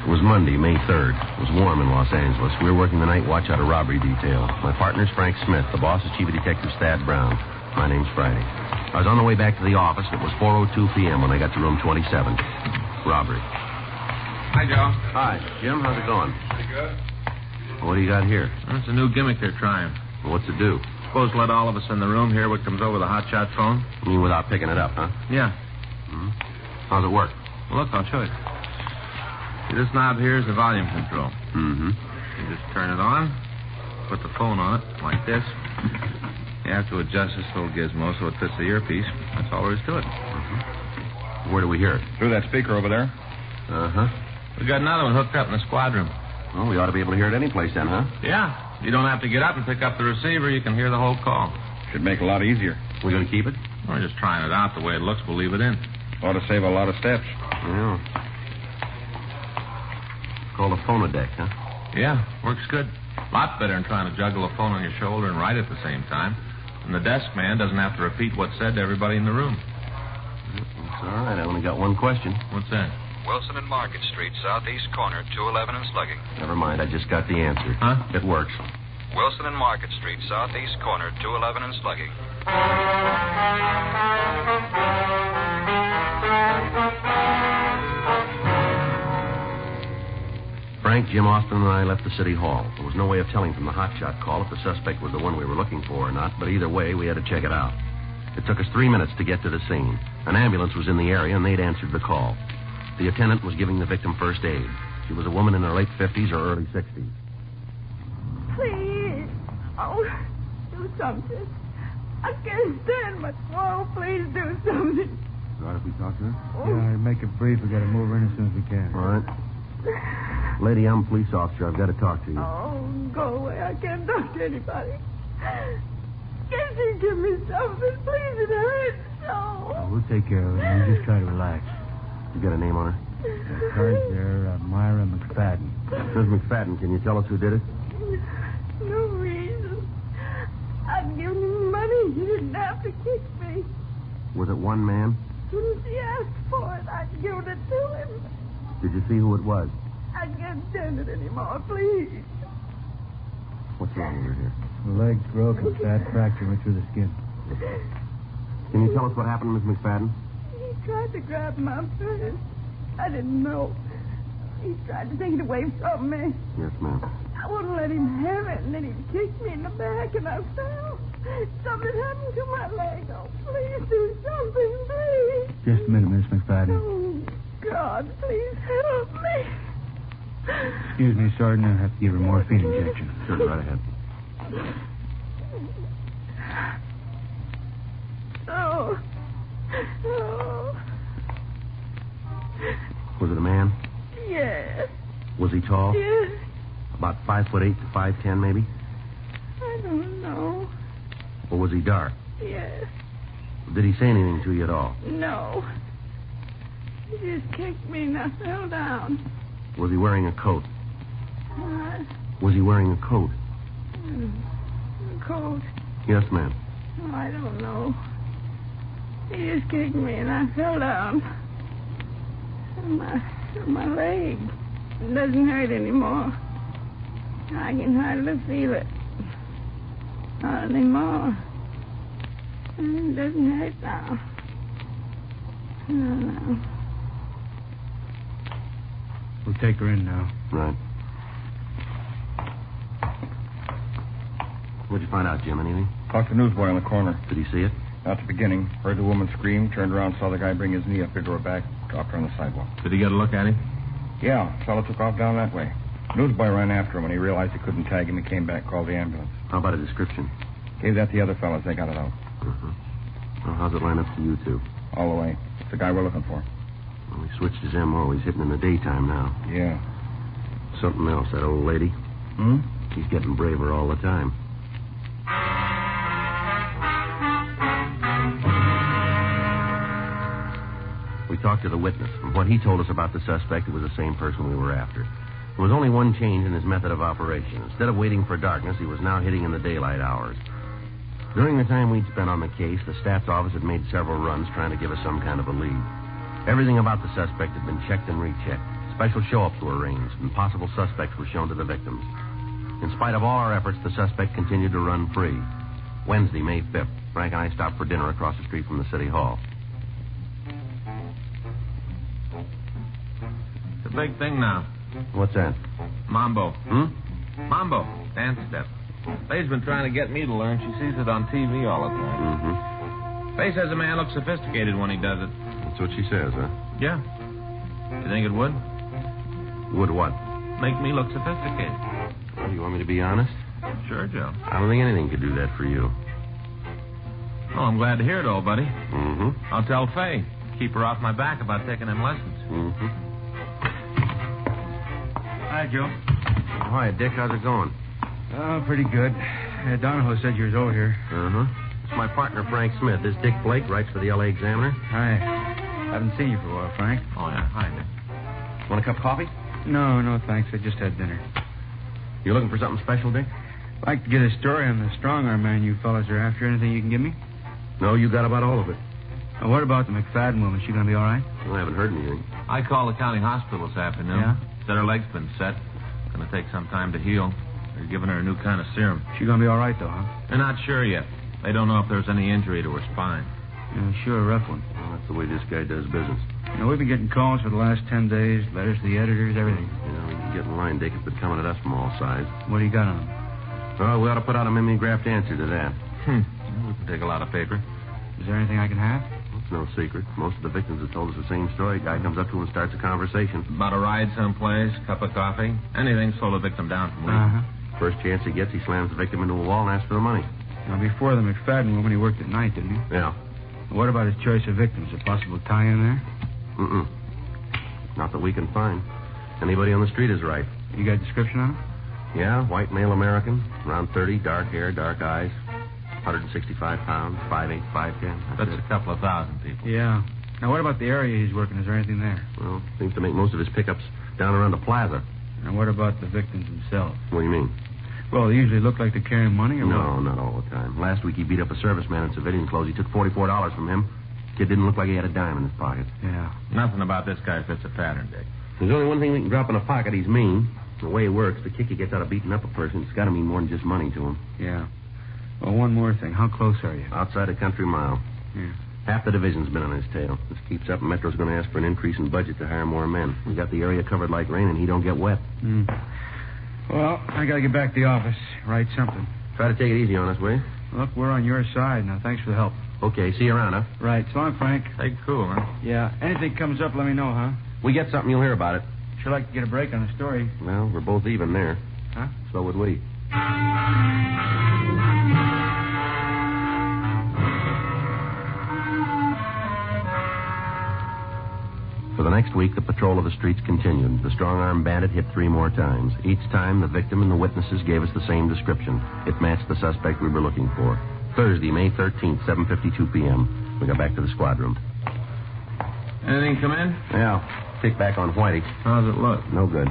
Speaker 4: It was Monday, May 3rd. It was warm in Los Angeles. We were working the night watch out of robbery detail. My partner's Frank Smith. The boss is Chief of Detectives Thad Brown. My name's Friday. I was on the way back to the office, and it was 4.02 p.m. when I got to room 27. Robbery.
Speaker 5: Hi, Joe.
Speaker 4: Hi, Jim. How's it going?
Speaker 5: Pretty good.
Speaker 4: What do you got here?
Speaker 5: That's a new gimmick they're trying.
Speaker 4: Well, what's it do?
Speaker 5: Suppose let all of us in the room hear what comes over the hotshot phone?
Speaker 4: You mean without picking it up, huh? Hmm?
Speaker 5: Yeah.
Speaker 4: How's it work?
Speaker 5: Well, look, I'll show you. See, this knob here is the volume control.
Speaker 4: Mm-hmm.
Speaker 5: You just turn it on, put the phone on it, like this. You have to adjust this little gizmo so it fits the earpiece. That's all there is to it.
Speaker 4: Mm-hmm. Where do we hear it?
Speaker 10: Through that speaker over there.
Speaker 4: Uh-huh.
Speaker 5: We got another one hooked up in the squad room.
Speaker 4: Well, we ought to be able to hear it any place then, huh?
Speaker 5: Yeah. You don't have to get up and pick up the receiver. You can hear the whole call.
Speaker 10: Should make it a lot easier.
Speaker 4: We're going to keep it?
Speaker 5: We're just trying it out the way it looks. We'll leave it in.
Speaker 10: Ought to save a lot of steps.
Speaker 4: Yeah. Called a phonodeck, huh?
Speaker 5: Yeah, works good. Lot better than trying to juggle a phone on your shoulder and write at the same time. And the desk man doesn't have to repeat what's said to everybody in the room.
Speaker 4: It's all right. I only got one question.
Speaker 5: What's that?
Speaker 12: Wilson and Market Street, southeast corner, 211 and slugging.
Speaker 4: Never mind. I just got the answer.
Speaker 5: Huh?
Speaker 4: It works.
Speaker 12: Wilson and Market Street, southeast corner, 211 and slugging.
Speaker 4: Frank, Jim Austin, and I left the city hall. There was no way of telling from the hotshot call if the suspect was the one we were looking for or not, but either way, we had to check it out. It took us three minutes to get to the scene. An ambulance was in the area, and they'd answered the call. The attendant was giving the victim first aid. She was a woman in her late 50s or early 60s.
Speaker 13: Please. Oh, do something. I can't stand much more. Please do something.
Speaker 4: All right if we talk to her?
Speaker 14: Yeah, make it brief. We gotta move her in as soon as we can.
Speaker 4: All right. Lady, I'm a police officer. I've got to talk to you.
Speaker 13: Oh, go away. I can't talk to anybody. Can't you give me something? Please, it hurts so.
Speaker 14: Uh, we'll take care of it. You just try to relax.
Speaker 4: You got a name on her?
Speaker 14: The car's there, uh, Myra McFadden.
Speaker 4: Mrs. McFadden, can you tell us who did it?
Speaker 13: No reason. I've given him money. He didn't have to kick me.
Speaker 4: Was it one man?
Speaker 13: As soon as he asked for it, I'd given it to him.
Speaker 4: Did you see who it was?
Speaker 13: I can't stand it anymore. Please.
Speaker 4: What's wrong with her here?
Speaker 14: Her leg's broke and bad fracture went through the skin.
Speaker 4: Can you tell us what happened, Miss McFadden?
Speaker 13: He tried to grab my purse. I didn't know. He tried to take it away from me.
Speaker 4: Yes, ma'am.
Speaker 13: I wouldn't let him have it, and then he kicked me in the back, and I fell. Something happened to my leg. Oh, please do something, please.
Speaker 14: Just a minute, Miss McFadden.
Speaker 13: Oh, God, please help me.
Speaker 14: Excuse me, Sergeant. I'll have to give her morphine injection.
Speaker 4: Sure, right ahead.
Speaker 13: Oh. Oh.
Speaker 4: Was it a man?
Speaker 13: Yes.
Speaker 4: Was he tall?
Speaker 13: Yes.
Speaker 4: About five foot eight to five ten, maybe?
Speaker 13: I don't know.
Speaker 4: Or was he dark?
Speaker 13: Yes.
Speaker 4: Did he say anything to you at all?
Speaker 13: No. He just kicked me and I fell down.
Speaker 4: Was he wearing a coat?
Speaker 13: I,
Speaker 4: Was he wearing a coat?
Speaker 13: I I'm cold.
Speaker 4: Yes, ma'am.
Speaker 13: Oh, I don't know. He just kicked me and I fell down. And my, my leg doesn't hurt anymore. I can hardly feel it. Not anymore. And it doesn't hurt now. No, no.
Speaker 15: We'll take her in now.
Speaker 4: Right. What'd you find out, Jim? Anything?
Speaker 16: Talked to newsboy on the corner.
Speaker 4: Did he see it?
Speaker 16: Out the beginning. Heard the woman scream, turned around, saw the guy bring his knee up her to her back, dropped her on the sidewalk.
Speaker 17: Did he get a look at him?
Speaker 16: Yeah, fella took off down that way. Newsboy ran after him. When he realized he couldn't tag him, he came back, called the ambulance.
Speaker 4: How about a description?
Speaker 16: Gave that to the other fellas. They got it out.
Speaker 4: Uh-huh. Well, how's it line up to you two?
Speaker 16: All the way. It's the guy we're looking for.
Speaker 4: Well, we switched his MO. He's hitting in the daytime now.
Speaker 16: Yeah.
Speaker 4: Something else, that old lady.
Speaker 16: Hmm?
Speaker 4: She's getting braver all the time. We talked to the witness. From what he told us about the suspect, it was the same person we were after. There was only one change in his method of operation. Instead of waiting for darkness, he was now hitting in the daylight hours. During the time we'd spent on the case, the staff's office had made several runs trying to give us some kind of a lead. Everything about the suspect had been checked and rechecked. Special show-ups were arranged, and possible suspects were shown to the victims. In spite of all our efforts, the suspect continued to run free. Wednesday, May 5th, Frank and I stopped for dinner across the street from the city hall.
Speaker 5: The big thing now.
Speaker 4: What's that?
Speaker 5: Mambo.
Speaker 4: Hmm?
Speaker 5: Mambo. Dance step. Faye's been trying to get me to learn. She sees it on TV all the time.
Speaker 4: Mm-hmm.
Speaker 5: Faye says a man looks sophisticated when he does it.
Speaker 4: That's what she says, huh?
Speaker 5: Yeah. You think it would?
Speaker 4: Would what?
Speaker 5: Make me look sophisticated.
Speaker 4: Do you want me to be honest?
Speaker 5: Sure, Joe.
Speaker 4: I don't think anything could do that for you.
Speaker 5: Oh, I'm glad to hear it all, buddy.
Speaker 4: Mm-hmm.
Speaker 5: I'll tell Faye. Keep her off my back about taking them lessons.
Speaker 4: Mm-hmm.
Speaker 15: Hi, Joe.
Speaker 4: Hi, Dick. How's it going?
Speaker 15: Oh, pretty good. Uh, Donahoe said you was over here.
Speaker 4: Uh-huh. It's my partner, Frank Smith. This Dick Blake writes for the L.A. Examiner.
Speaker 15: Hi. Haven't seen you for a while, Frank.
Speaker 5: Oh, yeah. Hi, Dick.
Speaker 4: Want a cup of coffee?
Speaker 15: No, no, thanks. I just had dinner.
Speaker 4: You looking for something special, Dick?
Speaker 15: Like to get a story on the strong arm man you fellas are after. Anything you can give me?
Speaker 4: No, you got about all of it.
Speaker 15: Uh, what about the McFadden woman? She gonna be all right?
Speaker 4: I haven't heard anything.
Speaker 5: I called the county hospital this afternoon.
Speaker 15: Yeah?
Speaker 5: Said her leg's been set. Gonna take some time to heal. They're giving her a new kind of serum.
Speaker 15: She gonna be all right though, huh?
Speaker 5: They're not sure yet. They don't know if there's any injury to her spine.
Speaker 15: Yeah, sure, a rough one.
Speaker 4: Well, that's the way this guy does business.
Speaker 15: You know, we've been getting calls for the last ten days, letters to the editors, everything.
Speaker 4: You know, you get in line, Dick. It's been coming at us from all sides.
Speaker 15: What do you got on them?
Speaker 4: Well, we ought to put out a mimeographed answer to that.
Speaker 5: Hmm. We can take a lot of paper.
Speaker 15: Is there anything I can have?
Speaker 4: It's no secret. Most of the victims have told us the same story. Guy comes up to him and starts a conversation.
Speaker 5: About a ride someplace, cup of coffee, anything slow the victim down from leaving.
Speaker 15: Uh-huh.
Speaker 4: First chance he gets, he slams the victim into a wall and asks for the money.
Speaker 15: Now, before the McFadden woman, he worked at night, didn't he?
Speaker 4: Yeah.
Speaker 15: What about his choice of victims? A possible tie-in there?
Speaker 4: Mm-mm. Not that we can find. Anybody on the street is right.
Speaker 15: You got a description on him?
Speaker 4: Yeah, white male American, around 30, dark hair, dark eyes, 165 pounds, 5'8", 5'10".
Speaker 5: That's a couple of thousand people.
Speaker 15: Yeah. Now, what about the area he's working? Is there anything there?
Speaker 4: Well, seems to make most of his pickups down around the plaza.
Speaker 15: And what about the victims themselves?
Speaker 4: What do you mean?
Speaker 15: Well, they usually look like they're carrying money or
Speaker 4: No, not all the time. Last week he beat up a serviceman in civilian clothes. He took $44 from him. Kid didn't look like he had a dime in his pocket.
Speaker 15: what? Yeah.
Speaker 5: Nothing about this guy fits a pattern, Dick.
Speaker 4: There's only one thing we can drop in a pocket. He's mean. The way it works, the kick he gets out of beating up a person, it's got to mean more than just money to him.
Speaker 15: Yeah. Well, one more thing. How close are you?
Speaker 4: Outside a country mile.
Speaker 15: Yeah.
Speaker 4: Half the division's been on his tail. This keeps up, Metro's going to ask for an increase in budget to hire more men. We got the area covered like rain, and he don't get wet.
Speaker 15: Hmm. Well, I got to get back to the office, write something.
Speaker 4: Try to take it easy on us, will you?
Speaker 15: Look, we're on your side now. Thanks for the help.
Speaker 4: Okay, see you around, huh?
Speaker 15: Right. So long, Frank.
Speaker 5: Take it cool, huh?
Speaker 15: Yeah. Anything comes up, let me know, huh?
Speaker 4: We get something, you'll hear about it.
Speaker 15: Sure like to get a break on the story.
Speaker 4: Well, we're both even there.
Speaker 15: Huh?
Speaker 4: So would we. For the next week, the patrol of the streets continued. The strong arm bandit hit three more times. Each time, the victim and the witnesses gave us the same description. It matched the suspect we were looking for. Thursday, May 13th, 7.52 p.m. We got back to the squad room.
Speaker 5: Anything come in?
Speaker 4: Yeah, kick back on Whitey.
Speaker 5: How's it look?
Speaker 4: No good.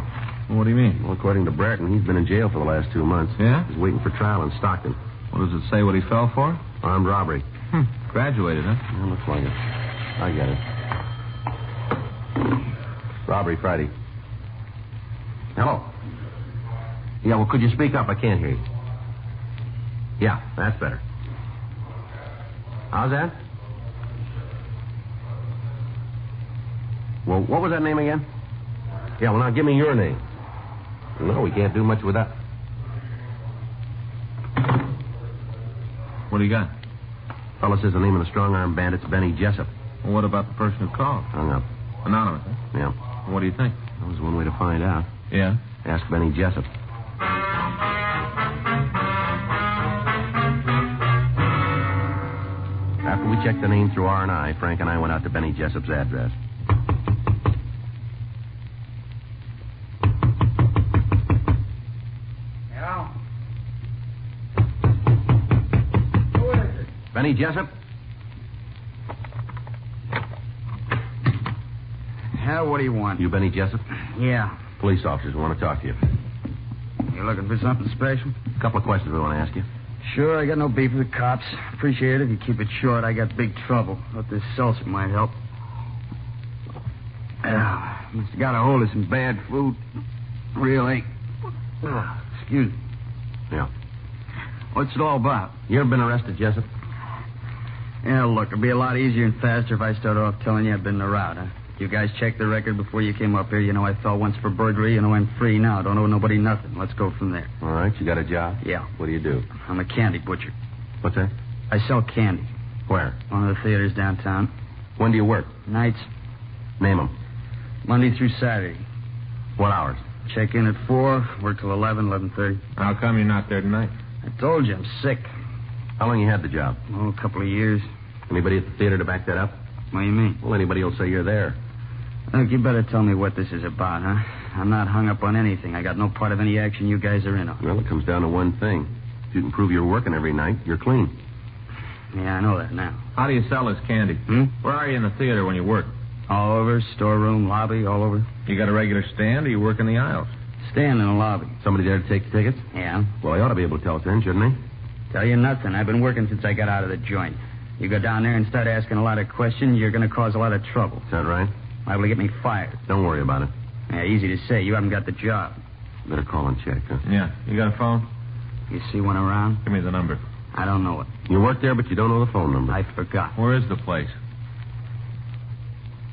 Speaker 4: What do you mean? Well, according to Brereton, he's been in jail for the last two months. Yeah? He's waiting for trial in Stockton. What does it say what he fell for? Armed robbery.
Speaker 5: Hmm.
Speaker 4: Graduated, huh? Yeah, looks like it. I got it. Robbery Friday. Hello. Yeah, well, could you speak up? I can't hear you. Yeah, that's better. How's that? Well, what was that name again? Yeah, well, now give me your name. No, we can't do much with that. What do you got? Fella says the name of the strong arm bandit's Benny Jessup. Well, what about the person who called? Hung up. Anonymous, huh? Yeah. What do you think? That was one way to find out.
Speaker 5: Yeah?
Speaker 4: Ask Benny Jessup. After we checked the name through R&I, Frank and I went out to Benny Jessup's address.
Speaker 15: Hello?
Speaker 4: Benny Jessup?
Speaker 15: Hell, what do you want?
Speaker 4: You Benny Jessup?
Speaker 15: Yeah.
Speaker 4: Police officers want to talk to you.
Speaker 15: You looking for something special?
Speaker 4: A couple of questions we want to ask you.
Speaker 15: Sure, I got no beef with the cops. Appreciate it if you keep it short. I got big trouble. Thought this salsa might help. Ah, must have got a hold of some bad food. Really. Ah, excuse me.
Speaker 4: Yeah.
Speaker 15: What's it all about?
Speaker 4: You ever been arrested, Jessup?
Speaker 15: Yeah, look, it'd be a lot easier and faster if I started off telling you I've been in a route, huh? You guys checked the record before you came up here. You know I fell once for burglary. You know I'm free now. Don't owe nobody nothing. Let's go from there.
Speaker 4: All right, you got a job?
Speaker 15: Yeah.
Speaker 4: What do you do?
Speaker 15: I'm a candy butcher.
Speaker 4: What's that?
Speaker 15: I sell candy.
Speaker 4: Where?
Speaker 15: One of the theaters downtown.
Speaker 4: When do you work?
Speaker 15: Nights,
Speaker 4: Name them.
Speaker 15: Monday through Saturday.
Speaker 4: What hours?
Speaker 15: Check in at 4, work till 11, 11.30.
Speaker 5: How come you're not there tonight?
Speaker 15: I told you, I'm sick.
Speaker 4: How long you had the job?
Speaker 15: Oh, a couple of years.
Speaker 4: Anybody at the theater to back that up?
Speaker 15: What do you mean?
Speaker 4: Well, anybody will say you're there.
Speaker 15: Look, you better tell me what this is about, huh? I'm not hung up on anything. I got no part of any action you guys are in on.
Speaker 4: Well, it comes down to one thing. If you can prove you're working every night, you're clean.
Speaker 15: Yeah, I know that now.
Speaker 5: How do you sell this candy?
Speaker 15: Hmm?
Speaker 5: Where are you in the theater when you work?
Speaker 15: All over, storeroom, lobby, all over.
Speaker 5: You got a regular stand or you work in the aisles?
Speaker 15: Stand in the lobby.
Speaker 4: Somebody there to take the tickets?
Speaker 15: Yeah.
Speaker 4: Well, he ought to be able to tell us then, shouldn't he?
Speaker 15: Tell you nothing. I've been working since I got out of the joint. You go down there and start asking a lot of questions, you're going to cause a lot of trouble.
Speaker 4: Is that right?
Speaker 15: Liable to get me fired.
Speaker 4: Don't worry about it.
Speaker 15: Yeah, easy to say. You haven't got the job.
Speaker 4: Better call and check, huh?
Speaker 5: Yeah. You got a phone?
Speaker 15: You see one around?
Speaker 5: Give me the number.
Speaker 15: I don't know it.
Speaker 4: You work there, but you don't know the phone number.
Speaker 15: I forgot.
Speaker 5: Where is the place?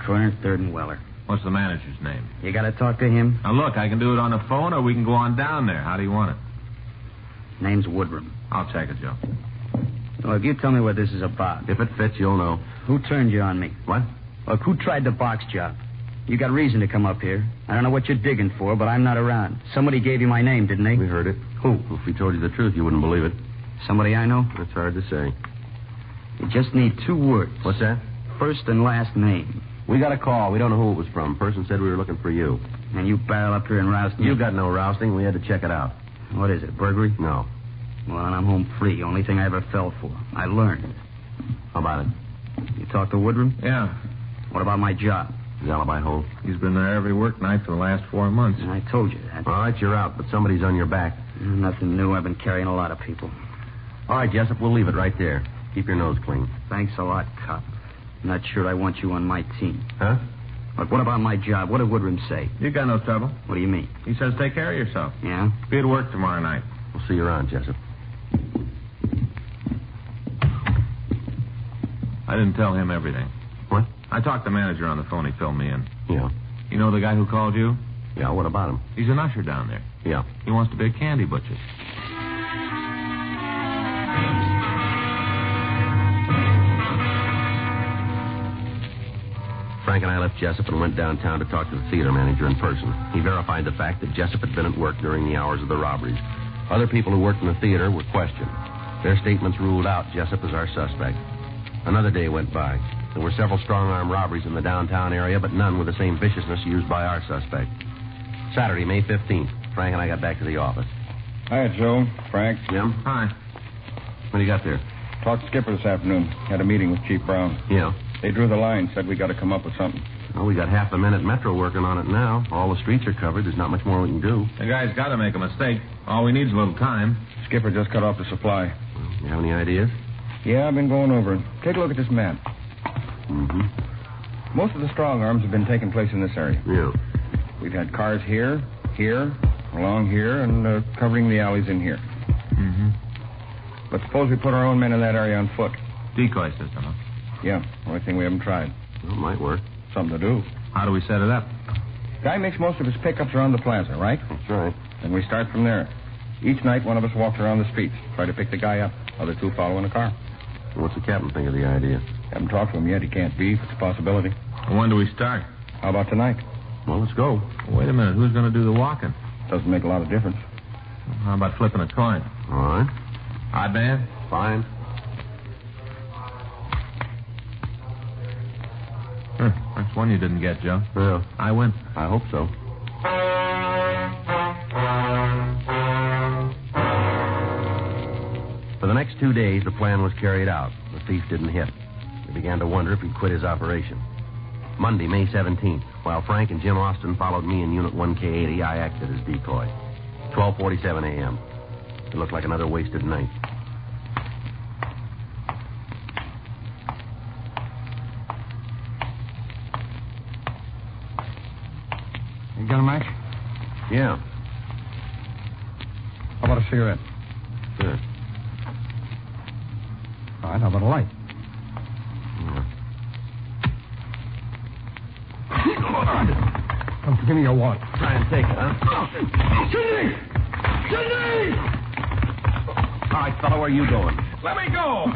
Speaker 15: Corner, Third and Weller.
Speaker 5: What's the manager's name?
Speaker 15: You got to talk to him?
Speaker 5: Now, look, I can do it on the phone or we can go on down there. How do you want it?
Speaker 15: Name's Woodrum.
Speaker 5: I'll check it, Joe.
Speaker 15: Look, you tell me what this is about.
Speaker 4: If it fits, you'll know.
Speaker 15: Who turned you on me?
Speaker 4: What?
Speaker 15: Look, who tried the box job? You got reason to come up here. I don't know what you're digging for, but I'm not around. Somebody gave you my name, didn't they?
Speaker 4: We heard it.
Speaker 15: Who?
Speaker 4: Well, if we told you the truth, you wouldn't believe it.
Speaker 15: Somebody I know?
Speaker 4: It's hard to say.
Speaker 15: You just need two words.
Speaker 4: What's that?
Speaker 15: First and last name.
Speaker 4: We got a call. We don't know who it was from. Person said we were looking for you.
Speaker 15: And you barrel up here and roust me.
Speaker 4: You got no rousting. We had to check it out.
Speaker 15: What is it, burglary?
Speaker 4: No.
Speaker 15: Well, then I'm home free. Only thing I ever fell for. I learned.
Speaker 4: How about it?
Speaker 15: You talked to Woodrum?
Speaker 5: Yeah.
Speaker 15: What about my job?
Speaker 4: His alibi hold.
Speaker 5: He's been there every work night for the last four months.
Speaker 15: And I told you that.
Speaker 4: All right, you're out, but somebody's on your back.
Speaker 15: Nothing new. I've been carrying a lot of people.
Speaker 4: All right, Jessup, we'll leave it right there. Keep your nose clean.
Speaker 15: Thanks a lot, cop. I'm not sure I want you on my team.
Speaker 4: Huh?
Speaker 15: Look, what about my job? What did Woodrum say?
Speaker 5: You got no trouble.
Speaker 15: What do you mean?
Speaker 5: He says take care of yourself.
Speaker 15: Yeah?
Speaker 5: Be at work tomorrow night.
Speaker 4: We'll see you around, Jessup.
Speaker 5: I didn't tell him everything.
Speaker 4: What?
Speaker 5: I talked to the manager on the phone. He filled me in.
Speaker 4: Yeah.
Speaker 5: You know the guy who called you?
Speaker 4: Yeah, what about him?
Speaker 5: He's an usher down there.
Speaker 4: Yeah.
Speaker 5: He wants to be a candy butcher.
Speaker 4: Frank and I left Jessup and went downtown to talk to the theater manager in person. He verified the fact that Jessup had been at work during the hours of the robberies. Other people who worked in the theater were questioned. Their statements ruled out Jessup as our suspect. Another day went by. There were several strong arm robberies in the downtown area, but none with the same viciousness used by our suspect. Saturday, May 15th, Frank and I got back to the office.
Speaker 10: Hi, Joe. Frank.
Speaker 4: Jim?
Speaker 5: Hi.
Speaker 4: What do you got there?
Speaker 10: Talked to Skipper this afternoon. Had a meeting with Chief Brown.
Speaker 4: Yeah.
Speaker 10: They drew the line, said we got to come up with something.
Speaker 4: Well, we got half the men at Metro working on it now. All the streets are covered. There's not much more we can do.
Speaker 13: The guy's got to make a mistake. All we need's a little time.
Speaker 15: Skipper just cut off the supply.
Speaker 4: You have any ideas?
Speaker 15: Yeah, I've been going over it. Take a look at this map.
Speaker 4: Mm-hmm.
Speaker 15: Most of the strong arms have been taking place in this area.
Speaker 4: Yeah.
Speaker 15: We've had cars here, here, along here, and uh, covering the alleys in here.
Speaker 13: Mm-hmm.
Speaker 15: But suppose we put our own men in that area on foot.
Speaker 13: Decoy system, huh?
Speaker 15: Yeah, only thing we haven't tried.
Speaker 4: Well, it might work.
Speaker 15: Something to do.
Speaker 13: How do we set it up?
Speaker 15: Guy makes most of his pickups around the plaza, right?
Speaker 4: That's right.
Speaker 15: Then we start from there. Each night, one of us walks around the streets, try to pick the guy up. Other two follow in a car.
Speaker 4: What's the captain think of the idea?
Speaker 15: Haven't talked to him yet. He can't be. It's a possibility.
Speaker 13: When do we start?
Speaker 15: How about tonight?
Speaker 4: Well, let's go.
Speaker 13: Wait a minute. Who's going to do the walking?
Speaker 15: Doesn't make a lot of difference.
Speaker 13: How about flipping a coin?
Speaker 4: All right.
Speaker 13: Odd man?
Speaker 4: Fine.
Speaker 13: Huh, that's one you didn't get, Joe.
Speaker 4: Well,
Speaker 13: I win.
Speaker 4: I hope so. For the next two days, the plan was carried out. The thief didn't hit. We began to wonder if he'd quit his operation. Monday, May 17th, while Frank and Jim Austin followed me in Unit 1K80, I acted as decoy. 12:47 a.m. It looked like another wasted night.
Speaker 5: You got a match?
Speaker 4: Yeah,
Speaker 5: How about a cigarette?
Speaker 4: sure.
Speaker 5: All right, how about a light? Don't give me your wallet.
Speaker 4: Try and take it, huh?
Speaker 14: Sidney! Sidney!
Speaker 4: All right, fellow, where are you going?
Speaker 15: Let me go!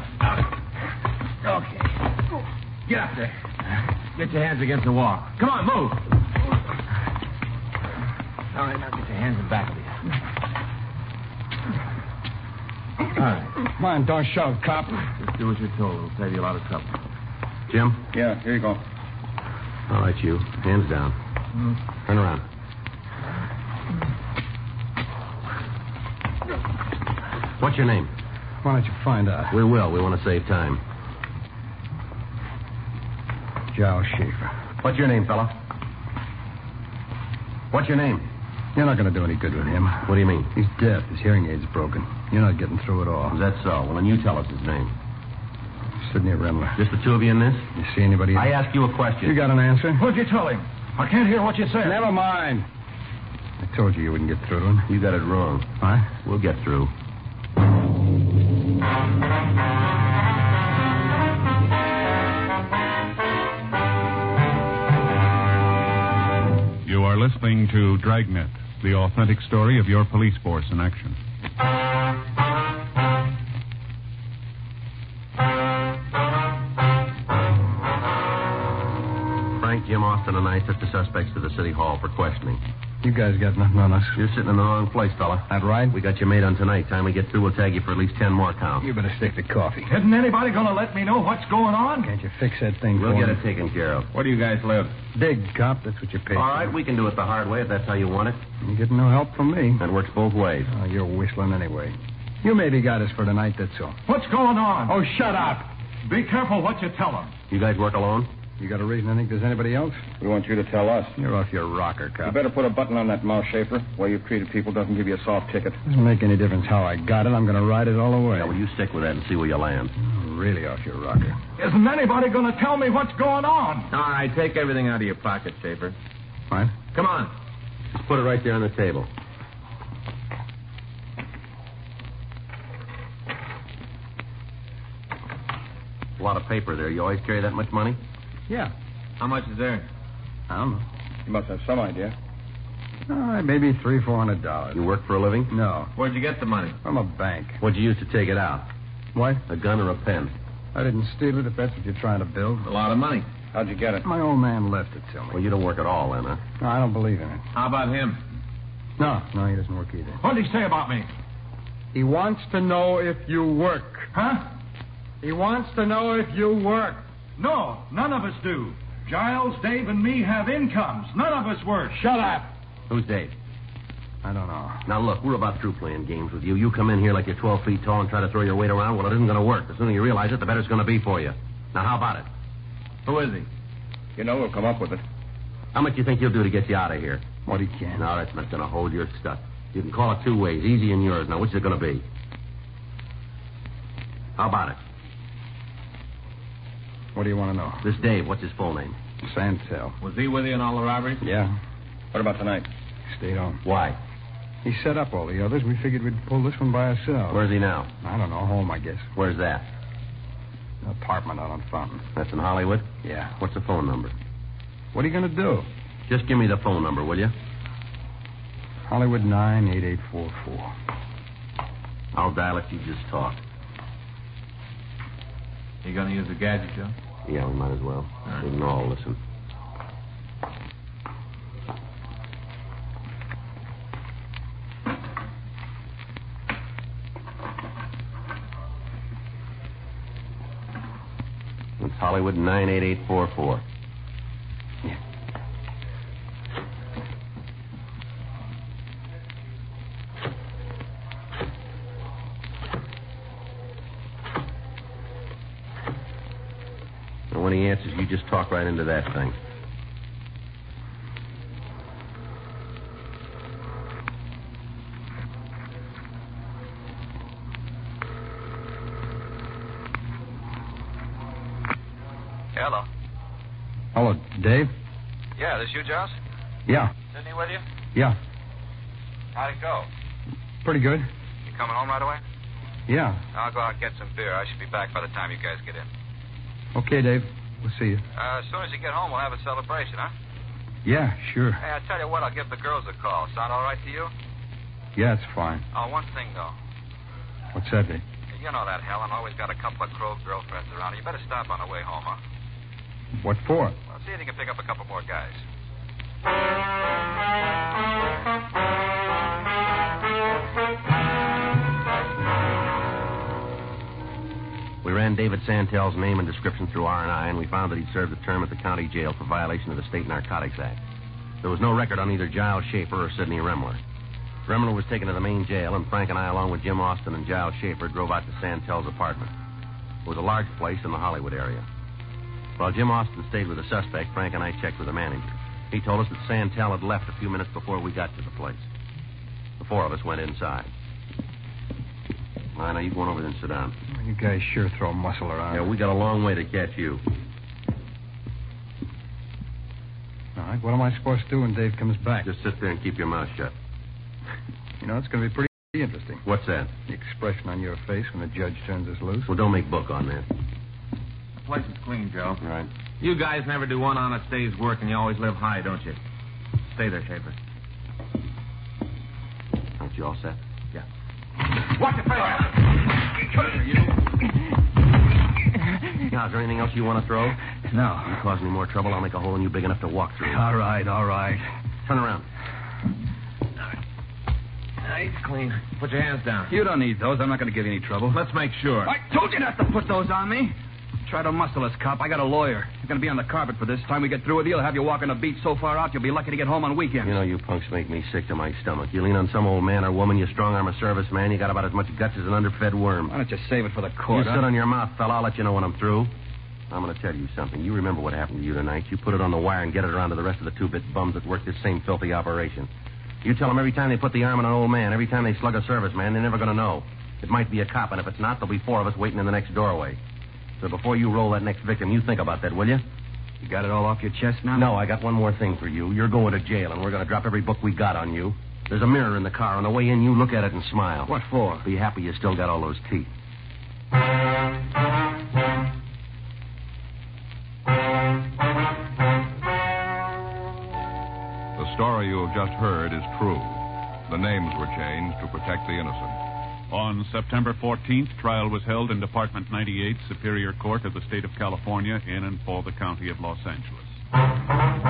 Speaker 15: Okay. Get up there.
Speaker 13: Get your hands against the wall. Come on, move. All right, now get your hands in back of you. All right,
Speaker 5: Come on, don't shove, cop.
Speaker 13: just do as you're told. It'll save you a lot of trouble.
Speaker 4: Jim?
Speaker 15: Yeah, here you go.
Speaker 4: All right, you. Hands down.
Speaker 5: Mm.
Speaker 4: Turn around. What's your name?
Speaker 5: Why don't you find out?
Speaker 4: We will. We want to save time.
Speaker 5: Joe Schaefer.
Speaker 4: What's your name, fella? What's your name?
Speaker 5: You're not going to do any good with him.
Speaker 4: What do you mean?
Speaker 5: He's deaf. His hearing aid's broken. You're not getting through at all.
Speaker 4: Is that so? Well, then you tell us his name.
Speaker 5: Sidney Remler.
Speaker 4: Just the two of you in this?
Speaker 5: You see anybody?
Speaker 4: I ask you a question.
Speaker 5: You got an answer?
Speaker 15: What'd you tell him? I can't hear what you said.
Speaker 5: Never mind. I told you you wouldn't get through to him.
Speaker 4: You got it wrong.
Speaker 5: What?
Speaker 4: We'll get through.
Speaker 3: You are listening to Dragnet, the authentic story of your police force in action.
Speaker 4: Frank, Jim Austin, and I took the suspects to the city hall for questioning.
Speaker 5: You guys got nothing on us.
Speaker 4: You're sitting in the wrong place, fella.
Speaker 5: That right?
Speaker 4: We got you made on tonight. Time we get through, we'll tag you for at least ten more counts.
Speaker 5: You better stick to coffee.
Speaker 15: Isn't anybody going to let me know what's going on?
Speaker 5: Can't you fix that thing
Speaker 4: We'll
Speaker 5: for
Speaker 4: get
Speaker 5: me?
Speaker 4: it taken care of.
Speaker 13: Where do you guys live?
Speaker 5: Big cop, that's what you pay
Speaker 4: All right,
Speaker 5: for.
Speaker 4: we can do it the hard way if that's how you want it.
Speaker 5: You get no help from me.
Speaker 4: That works both ways.
Speaker 5: Oh, you're whistling anyway. You maybe got us for tonight, that's all.
Speaker 15: What's going on?
Speaker 5: Oh, shut up!
Speaker 15: Be careful what you tell him.
Speaker 4: You guys work alone?
Speaker 5: You got a reason to think there's anybody else?
Speaker 15: We want you to tell us.
Speaker 5: You're off your rocker,
Speaker 15: You
Speaker 5: cop.
Speaker 15: better put a button on that mouth, Schaefer. The way you've treated people doesn't give you a soft ticket.
Speaker 5: Doesn't make any difference how I got it. I'm going to ride it all the way.
Speaker 4: Yeah, well, you stick with that and see where you land.
Speaker 5: Really off your rocker.
Speaker 15: Isn't anybody going to tell me what's going on?
Speaker 13: All right, take everything out of your pocket, Schaefer.
Speaker 5: What?
Speaker 13: Come on.
Speaker 4: Just put it right there on the table. A lot of paper there. You always carry that much money?
Speaker 5: Yeah.
Speaker 13: How much is there?
Speaker 5: I don't know.
Speaker 15: You must have some idea.
Speaker 5: All right, maybe three, four hundred dollars.
Speaker 4: You work for a living?
Speaker 5: No,
Speaker 13: Where'd you get the money?
Speaker 5: from a bank.
Speaker 4: What'd you use to take it out?
Speaker 5: What?
Speaker 4: A gun or a pen?
Speaker 5: I didn't steal it, if that's what you're trying to build.
Speaker 13: A lot of money.
Speaker 15: How'd you get it?
Speaker 5: My old man left it to
Speaker 4: Well,
Speaker 5: me.
Speaker 4: you don't work at all, then, huh?
Speaker 5: No, I don't believe in it.
Speaker 13: How about him?
Speaker 5: No, no, he doesn't work either.
Speaker 15: What'd he say about me?
Speaker 5: He wants to know if you work.
Speaker 15: Huh?
Speaker 5: He wants to know if you work.
Speaker 15: No, none of us do. Giles, Dave, and me have incomes. None of us work.
Speaker 5: Shut up!
Speaker 4: Who's Dave?
Speaker 5: I don't know.
Speaker 4: Now, look, we're about through playing games with you. You come in here like you're 12 feet tall and try to throw your weight around. Well, it isn't going to work. The sooner you realize it, the better it's going to be for you. Now, how about it?
Speaker 13: Who is he? You know we'll come up with it.
Speaker 4: How much do you think he'll do to get you out of here?
Speaker 18: What he can.
Speaker 4: No, that's not going to hold your stuff. You can call it two ways, easy and yours. Now, which is it going to be? How about it?
Speaker 15: What do you want to know?
Speaker 4: This Dave, what's his full name?
Speaker 15: Santel.
Speaker 13: Was he with you in all the robberies?
Speaker 15: Yeah.
Speaker 13: What about tonight?
Speaker 15: Stayed on.
Speaker 4: Why?
Speaker 15: He set up all the others. We figured we'd pull this one by ourselves.
Speaker 4: Where's he now?
Speaker 15: I don't know. Home, I guess.
Speaker 4: Where's that?
Speaker 15: An apartment out on Fountain.
Speaker 4: That's in Hollywood?
Speaker 15: Yeah.
Speaker 4: What's the phone number?
Speaker 15: What are you going to do?
Speaker 4: Just give me the phone number, will you?
Speaker 15: Hollywood 98844.
Speaker 4: I'll dial it. You just talk.
Speaker 13: You going to use the gadget, Joe?
Speaker 4: Yeah, we might as well. We can all listen. It's Hollywood 98844. And when he answers, you just talk right into that thing.
Speaker 5: Hello.
Speaker 15: Hello, Dave?
Speaker 5: Yeah, this you, Josh?
Speaker 15: Yeah,
Speaker 5: Sydney with you?
Speaker 15: yeah.
Speaker 5: How'd it go?
Speaker 15: Pretty good.
Speaker 5: You coming home right away?
Speaker 15: Yeah.
Speaker 5: I'll go out and get some beer. I should be back by the time you guys get in.
Speaker 15: Okay, Dave. We'll see you.
Speaker 5: Uh, as soon as you get home, we'll have a celebration, huh?
Speaker 15: Yeah, sure.
Speaker 5: Hey, I tell you what, I'll give the girls a call. Sound all right to you?
Speaker 15: Yeah, it's fine.
Speaker 5: Oh, one thing, though.
Speaker 15: What's that, Dave?
Speaker 5: You know that Helen always got a couple of crow girlfriends around. You better stop on the way home, huh?
Speaker 15: What for?
Speaker 5: Well, see if you can pick up a couple more guys.
Speaker 4: We ran David Santel's name and description through R&I, and we found that he'd served a term at the county jail for violation of the State Narcotics Act. There was no record on either Giles Schaefer or Sidney Remler. Remler was taken to the main jail, and Frank and I, along with Jim Austin and Giles Schaefer, drove out to Santel's apartment. It was a large place in the Hollywood area. While Jim Austin stayed with the suspect, Frank and I checked with the manager. He told us that Santel had left a few minutes before we got to the place. The four of us went inside. Lina, you go on over there and sit down.
Speaker 15: You guys sure throw muscle around.
Speaker 4: Yeah, we got a long way to catch you.
Speaker 15: All right, what am I supposed to do when Dave comes back?
Speaker 4: Just sit there and keep your mouth shut.
Speaker 15: You know, it's going to be pretty interesting.
Speaker 4: What's that?
Speaker 15: The expression on your face when the judge turns us loose.
Speaker 4: Well, don't make book on that.
Speaker 13: The place is clean, Joe.
Speaker 4: Right.
Speaker 13: You guys never do one honest day's work, and you always live high, don't you? Stay there, Schaefer.
Speaker 4: Aren't you all set?
Speaker 13: Yeah.
Speaker 4: Watch your Now, is there anything else you want to throw?
Speaker 15: No.
Speaker 4: You cause me more trouble, I'll make a hole in you big enough to walk through.
Speaker 15: All right, all right.
Speaker 4: Turn around.
Speaker 13: Nice, clean. Put your hands down.
Speaker 15: You don't need those. I'm not going to give you any trouble.
Speaker 13: Let's make sure.
Speaker 15: I told you not to put those on me. Try to muscle us, cop. I got a lawyer. You're going to be on the carpet for this. Time we get through with you, I'll have you walking the beat so far out you'll be lucky to get home on weekend.
Speaker 4: You know, you punks make me sick to my stomach. You lean on some old man or woman, you strong arm a service man, you got about as much guts as an underfed worm.
Speaker 15: Why don't you save it for the court?
Speaker 4: you
Speaker 15: huh?
Speaker 4: sit on your mouth, fella. I'll let you know when I'm through. I'm going to tell you something. You remember what happened to you tonight. You put it on the wire and get it around to the rest of the two-bit bums that work this same filthy operation. You tell them every time they put the arm on an old man, every time they slug a service man, they're never going to know. It might be a cop, and if it's not, there'll be four of us waiting in the next doorway. So before you roll that next victim, you think about that, will you?
Speaker 15: You got it all off your chest now?
Speaker 4: No, I got one more thing for you. You're going to jail, and we're going to drop every book we got on you. There's a mirror in the car. On the way in, you look at it and smile.
Speaker 15: What for?
Speaker 4: Be happy you still got all those teeth.
Speaker 2: The story you have just heard is true. The names were changed to protect the innocent.
Speaker 3: On September 14th, trial was held in Department 98, Superior Court of the State of California, in and for the County of Los Angeles.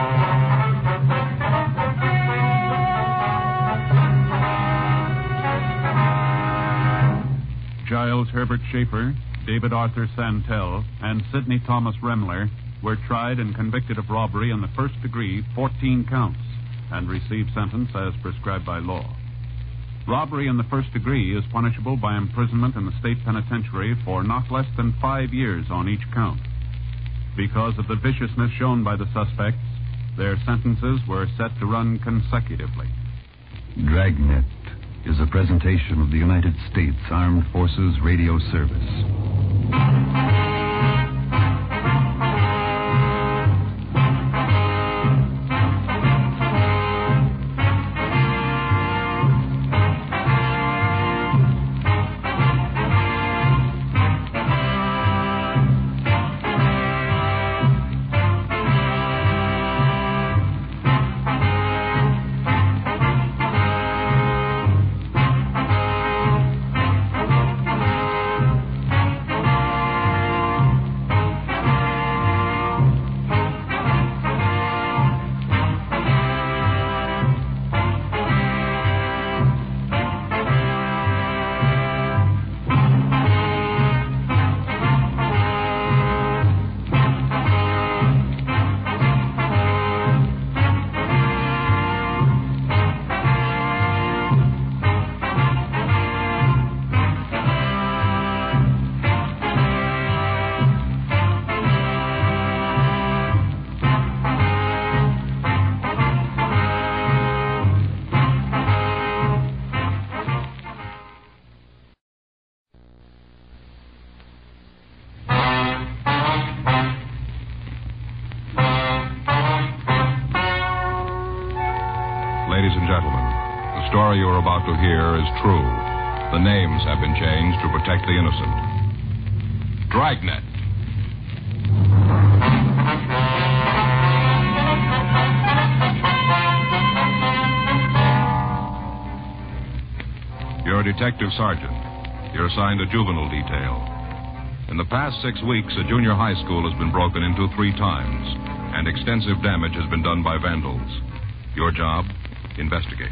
Speaker 3: Giles Herbert Schaefer, David Arthur Santel, and Sidney Thomas Remler were tried and convicted of robbery in the first degree, 14 counts, and received sentence as prescribed by law. Robbery in the first degree is punishable by imprisonment in the state penitentiary for not less than five years on each count. Because of the viciousness shown by the suspects, their sentences were set to run consecutively.
Speaker 11: Dragnet is a presentation of the United States Armed Forces Radio Service.
Speaker 2: Ladies and gentlemen, the story you are about to hear is true. The names have been changed to protect the innocent. Dragnet. You're a detective sergeant. You're assigned to juvenile detail. In the past six weeks, a junior high school has been broken into three times, and extensive damage has been done by vandals. Your job? Investigate.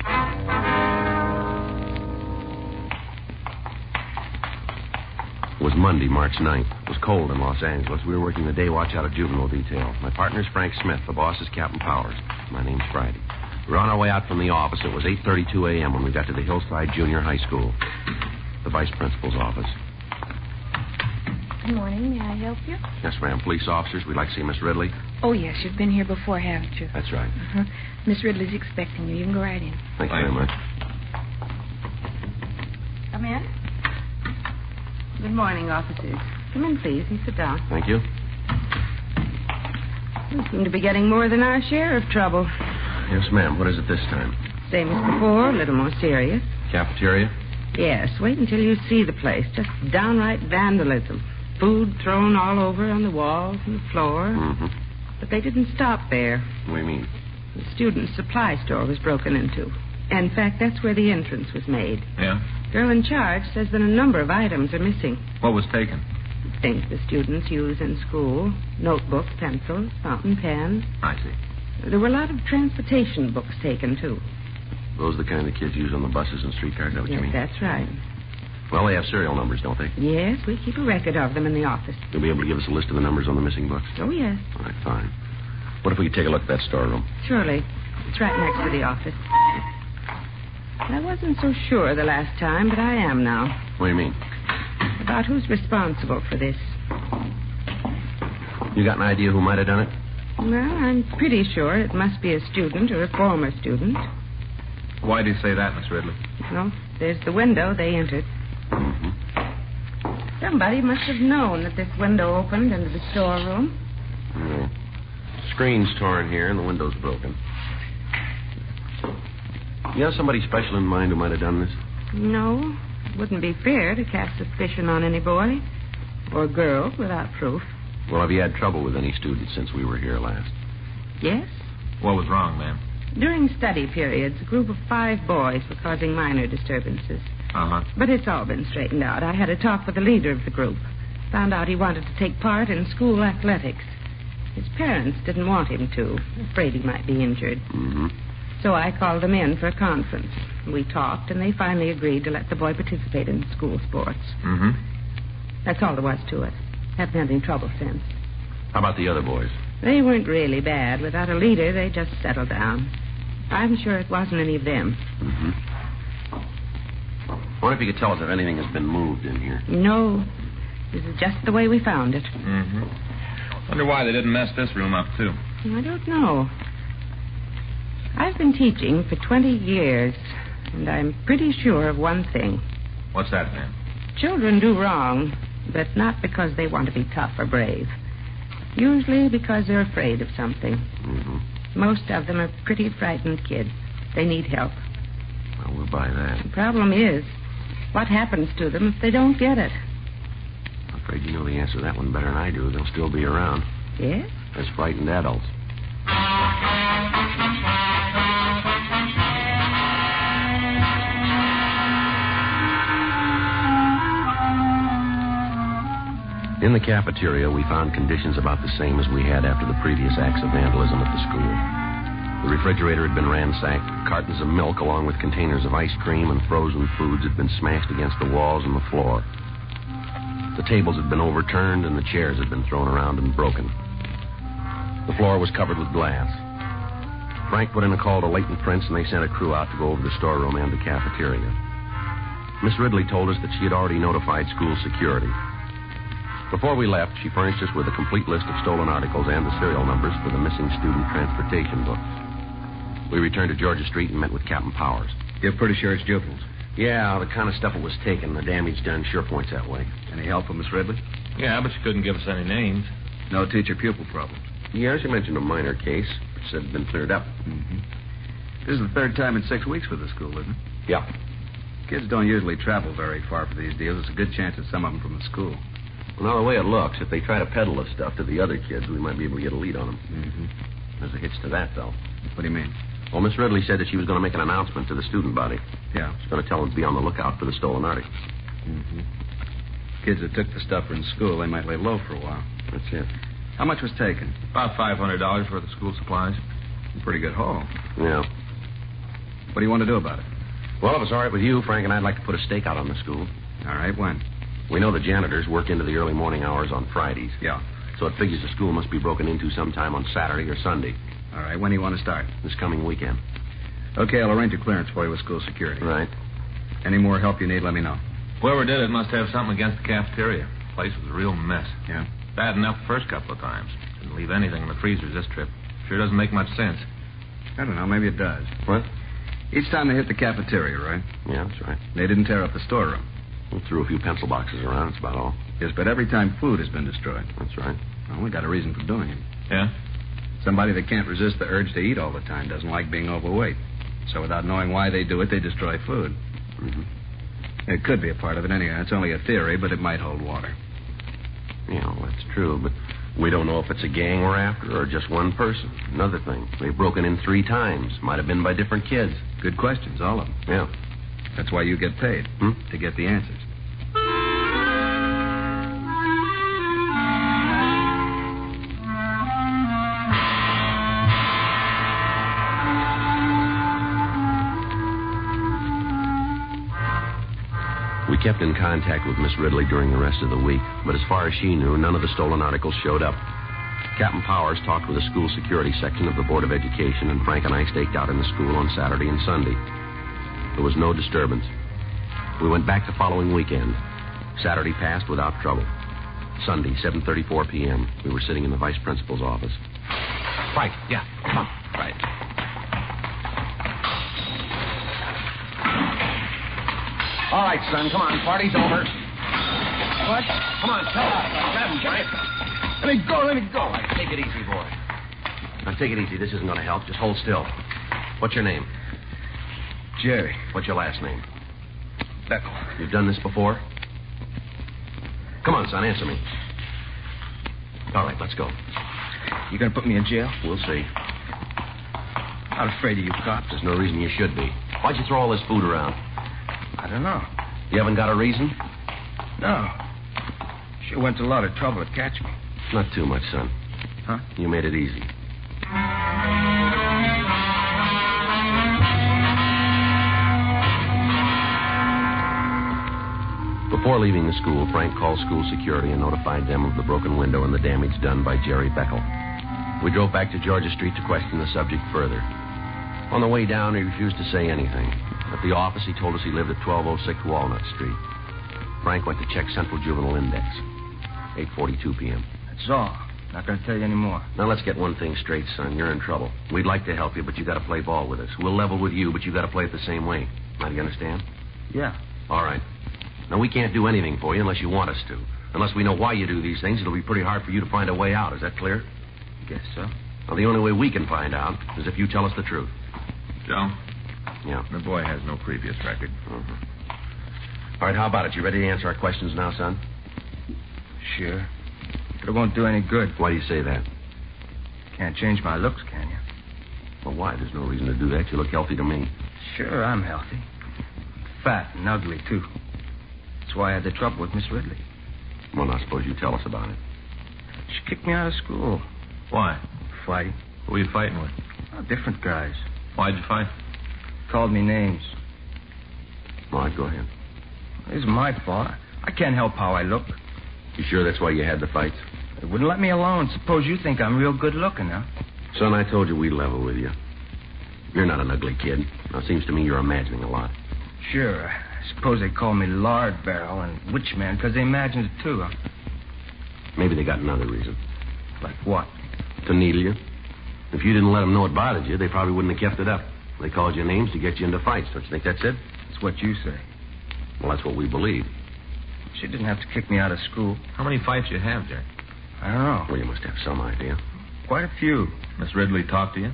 Speaker 4: It was Monday, March 9th. It was cold in Los Angeles. We were working the day watch out of juvenile detail. My partner's Frank Smith. The boss is Captain Powers. My name's Friday. We were on our way out from the office. It was 8.32 a.m. when we got to the Hillside Junior High School. The vice principal's office.
Speaker 19: Good morning. May I help you?
Speaker 4: Yes, ma'am. Police officers. We'd like to see Miss Ridley.
Speaker 19: Oh, yes. You've been here before, haven't you?
Speaker 4: That's right.
Speaker 19: Uh-huh. Miss Ridley's expecting you. You can go right in.
Speaker 4: Thank you very much.
Speaker 20: Come in. Good morning, officers. Come in, please, and sit down.
Speaker 4: Thank you.
Speaker 20: We seem to be getting more than our share of trouble.
Speaker 4: Yes, ma'am. What is it this time?
Speaker 20: Same as before, a little more serious.
Speaker 4: Cafeteria?
Speaker 20: Yes, wait until you see the place. Just downright vandalism. Food thrown all over on the walls and the floor.
Speaker 4: Mm-hmm.
Speaker 20: But they didn't stop there.
Speaker 4: What do you mean?
Speaker 20: The student supply store was broken into. In fact, that's where the entrance was made.
Speaker 21: Yeah?
Speaker 20: Girl in charge says that a number of items are missing.
Speaker 21: What was taken?
Speaker 20: Things the students use in school notebooks, pencils, fountain pens.
Speaker 21: I see.
Speaker 20: There were a lot of transportation books taken, too.
Speaker 4: Those are the kind the kids use on the buses and streetcars. Is that what
Speaker 20: yes,
Speaker 4: you mean?
Speaker 20: that's right.
Speaker 4: Well, they have serial numbers, don't they?
Speaker 20: Yes, we keep a record of them in the office.
Speaker 4: You'll be able to give us a list of the numbers on the missing books.
Speaker 20: Oh, yes,
Speaker 4: All right, fine. What if we could take a look at that storeroom?
Speaker 20: surely. It's right next to the office. I wasn't so sure the last time, but I am now
Speaker 4: What do you mean?
Speaker 20: about who's responsible for this.
Speaker 4: You got an idea who might have done it?
Speaker 20: Well, I'm pretty sure it must be a student or a former student.
Speaker 21: Why do you say that, Miss Ridley?
Speaker 20: Well, there's the window they entered. Mm-hmm. Somebody must have known that this window opened into the storeroom.
Speaker 4: No. Screen's torn here and the window's broken. You have somebody special in mind who might have done this?
Speaker 20: No, wouldn't be fair to cast suspicion on any boy or girl without proof.
Speaker 4: Well, have you had trouble with any students since we were here last?
Speaker 20: Yes?
Speaker 21: What was wrong, ma'am?
Speaker 20: During study periods, a group of five boys were causing minor disturbances.
Speaker 21: Uh huh.
Speaker 20: But it's all been straightened out. I had a talk with the leader of the group. Found out he wanted to take part in school athletics. His parents didn't want him to, afraid he might be injured.
Speaker 4: Mm-hmm.
Speaker 20: So I called them in for a conference. We talked, and they finally agreed to let the boy participate in school sports.
Speaker 21: Mm-hmm.
Speaker 20: That's all there was to it. Haven't had any trouble since.
Speaker 4: How about the other boys?
Speaker 20: They weren't really bad. Without a leader, they just settled down. I'm sure it wasn't any of them.
Speaker 4: Mm-hmm. What Mm-hmm. if you could tell us if anything has been moved in here?
Speaker 20: No, this is just the way we found it.
Speaker 21: Mm-hmm.
Speaker 5: Wonder why they didn't mess this room up, too.
Speaker 20: I don't know. I've been teaching for 20 years, and I'm pretty sure of one thing.
Speaker 5: What's that, ma'am?
Speaker 20: Children do wrong, but not because they want to be tough or brave. Usually because they're afraid of something.
Speaker 4: Mm-hmm.
Speaker 20: Most of them are pretty frightened kids. They need help.
Speaker 4: Well, we'll buy that.
Speaker 20: The problem is, what happens to them if they don't get it?
Speaker 4: I'm afraid you know the answer to that one better than I do. They'll still be around
Speaker 20: Yes?
Speaker 4: as frightened adults. In the cafeteria, we found conditions about the same as we had after the previous acts of vandalism at the school. The refrigerator had been ransacked, cartons of milk, along with containers of ice cream and frozen foods, had been smashed against the walls and the floor. The tables had been overturned, and the chairs had been thrown around and broken. The floor was covered with glass. Frank put in a call to Leighton Prince, and they sent a crew out to go over the storeroom and the cafeteria. Miss Ridley told us that she had already notified school security. Before we left, she furnished us with a complete list of stolen articles and the serial numbers for the missing student transportation books. We returned to Georgia Street and met with Captain Powers.
Speaker 22: You're pretty sure it's Jupil's.
Speaker 4: Yeah, the kind of stuff that was taken, the damage done sure points that way.
Speaker 22: Any help from Miss Ridley?
Speaker 5: Yeah, but she couldn't give us any names.
Speaker 22: No teacher pupil problem.
Speaker 4: Yeah, she mentioned a minor case, which said had been cleared up.
Speaker 22: This is the third time in six weeks for the school, isn't it?
Speaker 4: Yeah.
Speaker 22: Kids don't usually travel very far for these deals. It's a good chance that some of them from the school.
Speaker 4: Well, now, the way it looks, if they try to peddle this stuff to the other kids, we might be able to get a lead on them. Mm-hmm. There's a hitch to that, though.
Speaker 22: What do you mean?
Speaker 4: Well, Miss Ridley said that she was going to make an announcement to the student body.
Speaker 22: Yeah. Mm-hmm.
Speaker 4: She's going to tell them to be on the lookout for the stolen articles.
Speaker 22: Kids that took the stuff are in school, they might lay low for a while.
Speaker 4: That's it.
Speaker 22: How much was taken?
Speaker 5: About $500 worth of school supplies.
Speaker 22: Pretty good haul.
Speaker 4: Yeah.
Speaker 22: What do you want to do about it?
Speaker 4: Well, if it's all right with you, Frank and I'd like to put a stakeout on the school.
Speaker 22: All right, when?
Speaker 4: We know the janitors work into the early morning hours on Fridays.
Speaker 22: Yeah.
Speaker 4: So it figures the school must be broken into sometime on Saturday or Sunday.
Speaker 22: All right, when do you want to start?
Speaker 4: This coming weekend.
Speaker 22: Okay, I'll arrange a clearance for you with school security.
Speaker 4: Right.
Speaker 22: Any more help you need, let me know.
Speaker 5: Whoever did it must have something against the cafeteria. The place was a real mess.
Speaker 22: Yeah.
Speaker 5: Bad enough the first couple of times. Didn't leave anything in the freezers this trip. Sure doesn't make much sense.
Speaker 22: I don't know, maybe it does.
Speaker 4: What?
Speaker 22: Each time they hit the cafeteria, right?
Speaker 4: Yeah, that's right.
Speaker 22: They didn't tear up the storeroom.
Speaker 4: We threw a few pencil boxes around. That's about all.
Speaker 22: Yes, but every time food has been destroyed.
Speaker 4: That's right.
Speaker 22: Well, we got a reason for doing it.
Speaker 5: Yeah?
Speaker 22: Somebody that can't resist the urge to eat all the time doesn't like being overweight. So without knowing why they do it, they destroy food. It could be a part of it anyhow. It's only a theory, but it might hold water.
Speaker 4: Yeah, well, that's true, but we don't know if it's a gang we're after or just one person. Another thing, they've broken in three times. Might have been by different kids.
Speaker 22: Good questions, all of them.
Speaker 4: Yeah.
Speaker 22: That's why you get paid,
Speaker 4: Hmm?
Speaker 22: to get the answers.
Speaker 4: We kept in contact with Miss Ridley during the rest of the week, but as far as she knew, none of the stolen articles showed up. Captain Powers talked with the school security section of the Board of Education, and Frank and I staked out in the school on Saturday and Sunday. There was no disturbance. We went back the following weekend. Saturday passed without trouble. Sunday, 7:34 p.m. We were sitting in the vice principal's office.
Speaker 5: Right, yeah. Come on.
Speaker 4: Right. All right, son, come on. Party's over. What? Come on, tell us. Grab him, Frank. Let me go, let me go. take it easy, boy. Now, take it easy. This isn't going to help. Just hold still. What's your name?
Speaker 22: Jerry.
Speaker 4: What's your last name?
Speaker 22: Beckle.
Speaker 4: You've done this before? Come on, son, answer me. All right, let's go.
Speaker 22: You gonna put me in jail?
Speaker 4: We'll see.
Speaker 22: Not afraid of you cops.
Speaker 4: There's no reason you should be. Why'd you throw all this food around?
Speaker 22: I don't know.
Speaker 4: You haven't got a reason?
Speaker 22: No. Sure went to a lot of trouble to catch me.
Speaker 4: Not too much, son.
Speaker 22: Huh?
Speaker 4: You made it easy. Before leaving the school, Frank called school security and notified them of the broken window and the damage done by Jerry Beckel. We drove back to Georgia Street to question the subject further. On the way down, he refused to say anything. At the office, he told us he lived at 1206 Walnut Street. Frank went to check Central Juvenile Index. 8.42 p.m.
Speaker 22: That's all.
Speaker 5: Not going to tell you any more.
Speaker 4: Now let's get one thing straight, son. You're in trouble. We'd like to help you, but you got to play ball with us. We'll level with you, but you got to play it the same way. Now, do you understand?
Speaker 5: Yeah.
Speaker 4: All right. Now we can't do anything for you unless you want us to. Unless we know why you do these things, it'll be pretty hard for you to find a way out. Is that clear?
Speaker 5: Guess so.
Speaker 4: Well, the only way we can find out is if you tell us the truth.
Speaker 13: Joe?
Speaker 4: Yeah.
Speaker 13: The boy has no previous record.
Speaker 4: Mm-hmm. All right, how about it? You ready to answer our questions now, son?
Speaker 5: Sure. But it won't do any good.
Speaker 4: Why do you say that?
Speaker 5: Can't change my looks, can you?
Speaker 4: Well, why? There's no reason to do that. You look healthy to me.
Speaker 5: Sure, I'm healthy. Fat and ugly, too. That's why I had the trouble with Miss Ridley.
Speaker 4: Well, now, suppose you tell us about it.
Speaker 5: She kicked me out of school.
Speaker 13: Why?
Speaker 5: Fighting.
Speaker 13: Who were you fighting with?
Speaker 5: Oh, different guys.
Speaker 13: Why'd you fight?
Speaker 5: Called me names.
Speaker 4: All right, go ahead.
Speaker 5: It's my fault. I can't help how I look.
Speaker 4: You sure that's why you had the fights?
Speaker 5: They wouldn't let me alone. Suppose you think I'm real good looking, huh?
Speaker 4: Son, I told you we'd level with you. You're not an ugly kid. Now, it seems to me you're imagining a lot.
Speaker 5: Sure. I suppose they call me Lard Barrel and Witch Man because they imagined it, too. Huh?
Speaker 4: Maybe they got another reason.
Speaker 5: Like what?
Speaker 4: To needle you. If you didn't let them know it bothered you, they probably wouldn't have kept it up. They called you names to get you into fights. Don't you think that's it?
Speaker 5: That's what you say.
Speaker 4: Well, that's what we believe.
Speaker 5: She didn't have to kick me out of school.
Speaker 13: How many fights you have, Jack?
Speaker 5: I don't know.
Speaker 4: Well, you must have some idea.
Speaker 5: Quite a few.
Speaker 13: Miss Ridley talked to you?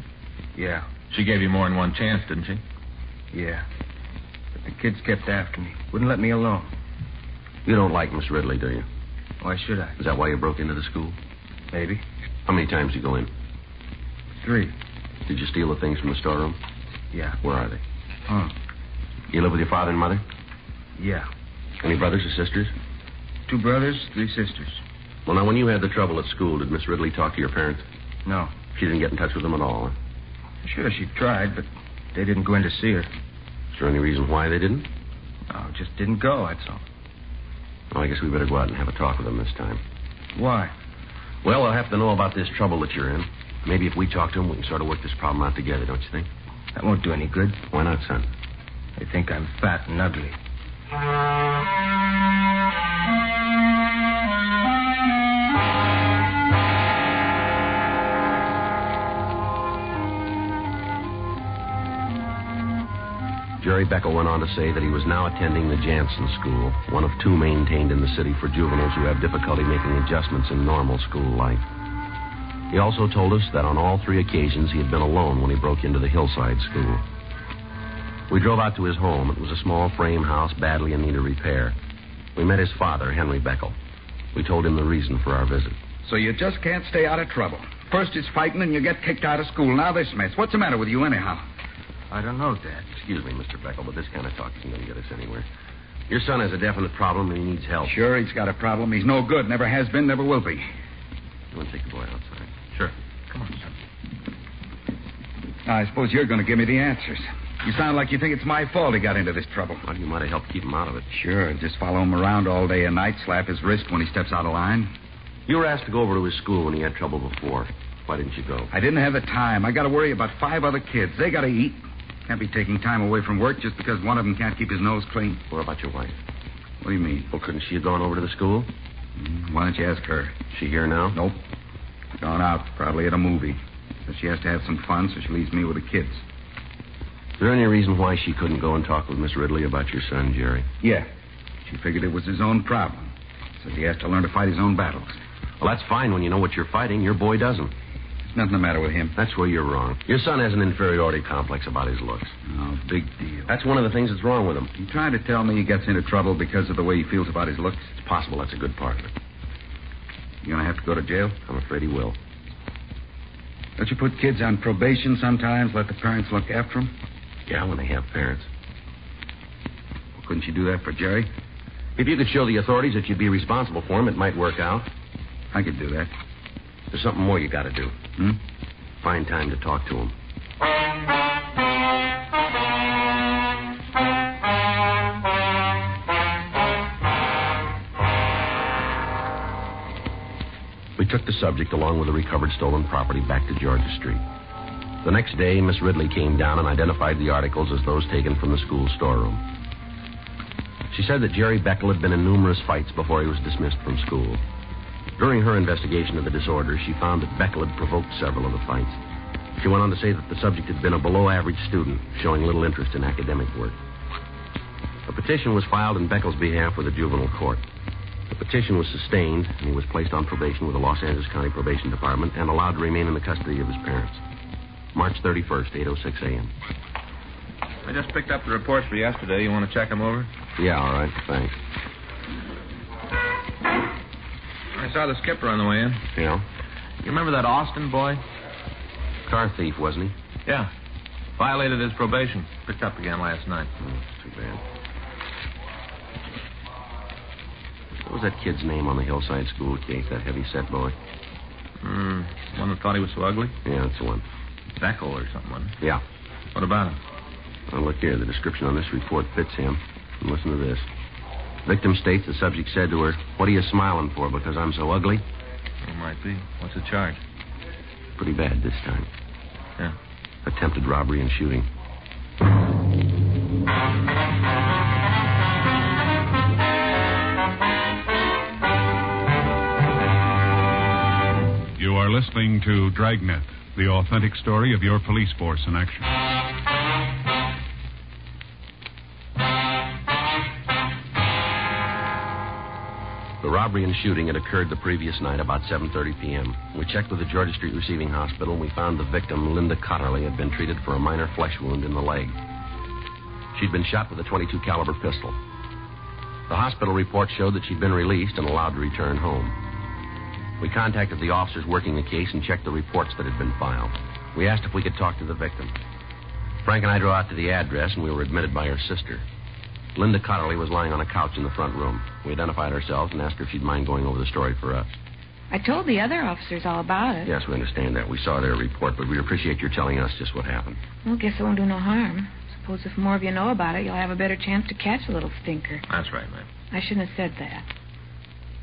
Speaker 5: Yeah.
Speaker 13: She gave you more than one chance, didn't she?
Speaker 5: Yeah. But the kids kept after me. Wouldn't let me alone.
Speaker 4: You don't like Miss Ridley, do you?
Speaker 5: Why should I?
Speaker 4: Is that why you broke into the school?
Speaker 5: Maybe.
Speaker 4: How many times did you go in?
Speaker 5: Three.
Speaker 4: Did you steal the things from the storeroom?
Speaker 5: Yeah. Hmm.
Speaker 4: Where are they?
Speaker 5: Huh.
Speaker 4: You live with your father and mother?
Speaker 5: Yeah.
Speaker 4: Any brothers or sisters?
Speaker 5: Two brothers, three sisters.
Speaker 4: Well, now, when you had the trouble at school, did Miss Ridley talk to your parents?
Speaker 5: No.
Speaker 4: She didn't get in touch with them at all? Huh?
Speaker 5: Sure, she tried, but they didn't go in to see her.
Speaker 4: Is there any reason why they didn't?
Speaker 5: No, just didn't go, that's all.
Speaker 4: Well, I guess we better go out and have a talk with them this time.
Speaker 5: Why?
Speaker 4: Well, they'll have to know about this trouble that you're in. Maybe if we talk to them, we can sort of work this problem out together, don't you think?
Speaker 5: That won't do any good.
Speaker 4: Why not, son?
Speaker 5: They think I'm fat and ugly.
Speaker 4: Jerry Becker went on to say that he was now attending the Jansen School, one of two maintained in the city for juveniles who have difficulty making adjustments in normal school life. He also told us that on all three occasions he had been alone when he broke into the Hillside School. We drove out to his home. It was a small frame house badly in need of repair. We met his father, Henry Beckel. We told him the reason for our visit.
Speaker 15: So you just can't stay out of trouble. First it's fighting and you get kicked out of school. Now this mess. What's the matter with you anyhow?
Speaker 5: I don't know, Dad.
Speaker 4: Excuse me, Mr. Beckel, but this kind of talk isn't going to get us anywhere. Your son has a definite problem and he needs help.
Speaker 15: Sure, he's got a problem. He's no good. Never has been, never will be.
Speaker 4: You want to take the boy outside?
Speaker 13: Sure.
Speaker 15: Come on, son. Now, I suppose you're going to give me the answers. You sound like you think it's my fault he got into this trouble.
Speaker 4: Well, you might have helped keep him out of it.
Speaker 15: Sure. Just follow him around all day and night, slap his wrist when he steps out of line.
Speaker 4: You were asked to go over to his school when he had trouble before. Why didn't you go?
Speaker 15: I didn't have the time. I got to worry about five other kids. They got to eat. Can't be taking time away from work just because one of them can't keep his nose clean.
Speaker 4: What about your wife?
Speaker 15: What do you mean?
Speaker 4: Well, couldn't she have gone over to the school?
Speaker 15: Mm, why don't you ask her?
Speaker 4: She here now?
Speaker 15: Nope. Gone out, probably at a movie. But she has to have some fun, so she leaves me with the kids.
Speaker 4: Is there any reason why she couldn't go and talk with Miss Ridley about your son, Jerry?
Speaker 15: Yeah. She figured it was his own problem. Says he has to learn to fight his own battles.
Speaker 4: Well, that's fine when you know what you're fighting. Your boy doesn't.
Speaker 15: There's nothing the matter with him.
Speaker 4: That's where you're wrong. Your son has an inferiority complex about his looks.
Speaker 15: No, big deal.
Speaker 4: That's one of the things that's wrong with him.
Speaker 15: You trying to tell me he gets into trouble because of the way he feels about his looks?
Speaker 4: It's possible that's a good part of it.
Speaker 15: You gonna have to go to jail?
Speaker 4: I'm afraid he will.
Speaker 15: Don't you put kids on probation sometimes, let the parents look after them?
Speaker 4: Yeah, when they have parents.
Speaker 15: Well, couldn't you do that for Jerry?
Speaker 4: If you could show the authorities that you'd be responsible for him, it might work out.
Speaker 15: I could do that.
Speaker 4: There's something more you got to do.
Speaker 15: Hmm?
Speaker 4: Find time to talk to him. We took the subject along with the recovered stolen property back to Georgia Street. The next day, Miss Ridley came down and identified the articles as those taken from the school storeroom. She said that Jerry Beckel had been in numerous fights before he was dismissed from school. During her investigation of the disorder, she found that Beckel had provoked several of the fights. She went on to say that the subject had been a below average student, showing little interest in academic work. A petition was filed in Beckel's behalf with the juvenile court. The petition was sustained, and he was placed on probation with the Los Angeles County Probation Department and allowed to remain in the custody of his parents. March 31st, 8.06 a.m.
Speaker 5: I just picked up the reports for yesterday. You want to check them over?
Speaker 4: Yeah, all right. Thanks.
Speaker 5: I saw the skipper on the way in.
Speaker 4: Yeah?
Speaker 5: You remember that Austin boy?
Speaker 4: Car thief, wasn't he?
Speaker 5: Yeah. Violated his probation. Picked up again last night.
Speaker 4: Oh, too bad. What was that kid's name on the hillside school case, that heavy set boy?
Speaker 5: Mm, one that thought he was so ugly?
Speaker 4: Yeah, that's the one.
Speaker 5: Beckel or someone.
Speaker 4: Yeah.
Speaker 5: What about him?
Speaker 4: Well, look here. The description on this report fits him. And listen to this. Victim states the subject said to her, What are you smiling for? Because I'm so ugly?
Speaker 5: It might be. What's the charge?
Speaker 4: Pretty bad this time.
Speaker 5: Yeah.
Speaker 4: Attempted robbery and shooting.
Speaker 2: You are listening to Dragnet, the authentic story of your police force in action.
Speaker 4: The robbery and shooting had occurred the previous night about 7:30 p.m. We checked with the Georgia Street Receiving Hospital and we found the victim, Linda Cotterly, had been treated for a minor flesh wound in the leg. She'd been shot with a 22 caliber pistol. The hospital report showed that she'd been released and allowed to return home. We contacted the officers working the case and checked the reports that had been filed. We asked if we could talk to the victim. Frank and I drove out to the address and we were admitted by her sister. Linda Cotterly was lying on a couch in the front room. We identified ourselves and asked her if she'd mind going over the story for us.
Speaker 19: I told the other officers all about it.
Speaker 4: Yes, we understand that. We saw their report, but we appreciate your telling us just what happened.
Speaker 19: Well, guess it won't do no harm. Suppose if more of you know about it, you'll have a better chance to catch the little stinker.
Speaker 5: That's right, ma'am.
Speaker 19: I shouldn't have said that.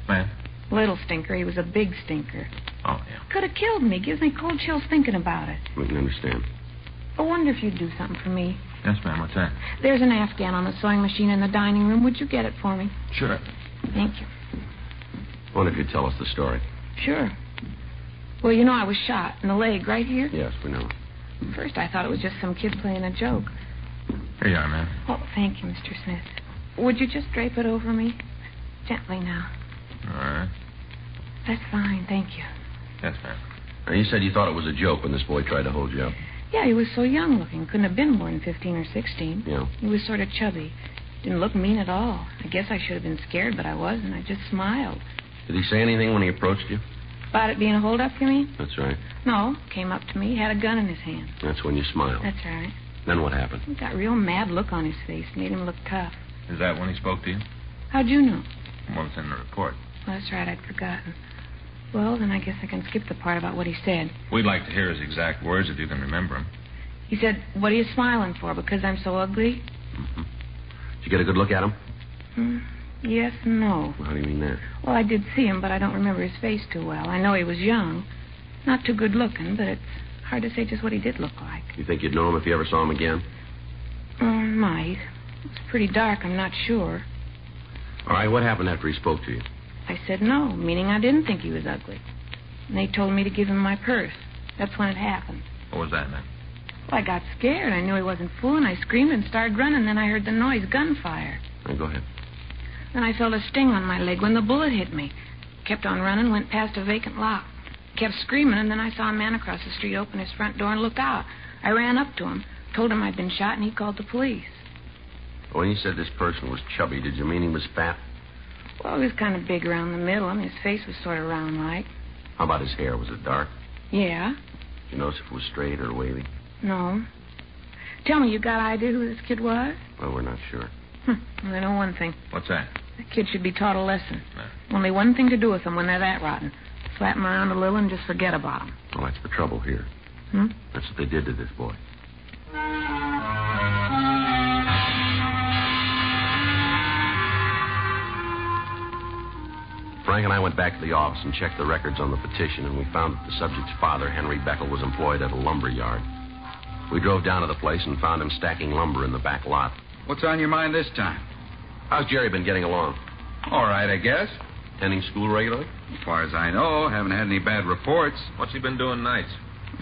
Speaker 5: Ma'am?
Speaker 19: Little stinker. He was a big stinker.
Speaker 5: Oh, yeah.
Speaker 19: Could have killed me. Gives me cold chills thinking about it.
Speaker 4: We can understand.
Speaker 19: I wonder if you'd do something for me.
Speaker 5: Yes, ma'am. What's that?
Speaker 19: There's an Afghan on the sewing machine in the dining room. Would you get it for me?
Speaker 5: Sure.
Speaker 19: Thank you.
Speaker 4: Wonder if you'd tell us the story.
Speaker 19: Sure. Well, you know, I was shot in the leg right here.
Speaker 4: Yes, we know.
Speaker 19: First, I thought it was just some kid playing a joke.
Speaker 5: Here you are, ma'am.
Speaker 19: Oh, thank you, Mr. Smith. Would you just drape it over me? Gently now.
Speaker 5: All right.
Speaker 19: That's fine, thank you.
Speaker 5: Yes, ma'am.
Speaker 4: Now, you said you thought it was a joke when this boy tried to hold you up.
Speaker 19: Yeah, he was so young looking. Couldn't have been more than 15 or 16.
Speaker 4: Yeah.
Speaker 19: He was sort of chubby. Didn't look mean at all. I guess I should have been scared, but I wasn't. I just smiled.
Speaker 4: Did he say anything when he approached you?
Speaker 19: About it being a holdup, you mean?
Speaker 4: That's right.
Speaker 19: No. Came up to me, had a gun in his hand.
Speaker 4: That's when you smiled.
Speaker 19: That's right.
Speaker 4: Then what happened?
Speaker 19: He got a real mad look on his face. Made him look tough.
Speaker 5: Is that when he spoke to you?
Speaker 19: How'd you know?
Speaker 5: Well, it's in the report.
Speaker 19: Well, that's right. I'd forgotten. Well, then I guess I can skip the part about what he said.
Speaker 5: We'd like to hear his exact words if you can remember them.
Speaker 19: He said, What are you smiling for? Because I'm so ugly?
Speaker 4: Mm-hmm. Did you get a good look at him?
Speaker 19: Hmm. Yes, and no.
Speaker 4: Well, how do you mean that?
Speaker 19: Well, I did see him, but I don't remember his face too well. I know he was young. Not too good looking, but it's hard to say just what he did look like.
Speaker 4: You think you'd know him if you ever saw him again?
Speaker 19: Oh, might. It's pretty dark, I'm not sure.
Speaker 4: All right, what happened after he spoke to you?
Speaker 19: I said no, meaning I didn't think he was ugly. And they told me to give him my purse. That's when it happened.
Speaker 5: What was that, ma'am?
Speaker 19: Well, I got scared. I knew he wasn't fooling. I screamed and started running. Then I heard the noise, gunfire.
Speaker 4: Now, go ahead.
Speaker 19: Then I felt a sting on my leg when the bullet hit me. Kept on running, went past a vacant lot. Kept screaming, and then I saw a man across the street open his front door and look out. I ran up to him, told him I'd been shot, and he called the police.
Speaker 4: When you said this person was chubby, did you mean he was fat?
Speaker 19: Well, he was kind of big around the middle. I mean, his face was sort of round like.
Speaker 4: How about his hair? Was it dark?
Speaker 19: Yeah.
Speaker 4: Did you notice if it was straight or wavy?
Speaker 19: No. Tell me, you got an idea who this kid was?
Speaker 4: Well, we're not sure.
Speaker 19: Hm. Well, I know one thing.
Speaker 5: What's that?
Speaker 19: That kid should be taught a lesson. No. Only one thing to do with them when they're that rotten. Slap 'em around a little and just forget about 'em.
Speaker 4: Well, that's the trouble here.
Speaker 19: Hmm?
Speaker 4: That's what they did to this boy. Frank and I went back to the office and checked the records on the petition, and we found that the subject's father, Henry Beckel, was employed at a lumber yard. We drove down to the place and found him stacking lumber in the back lot.
Speaker 22: What's on your mind this time?
Speaker 4: How's Jerry been getting along?
Speaker 22: All right, I guess.
Speaker 4: Attending school regularly?
Speaker 5: As far as I know, haven't had any bad reports.
Speaker 4: What's she been doing nights?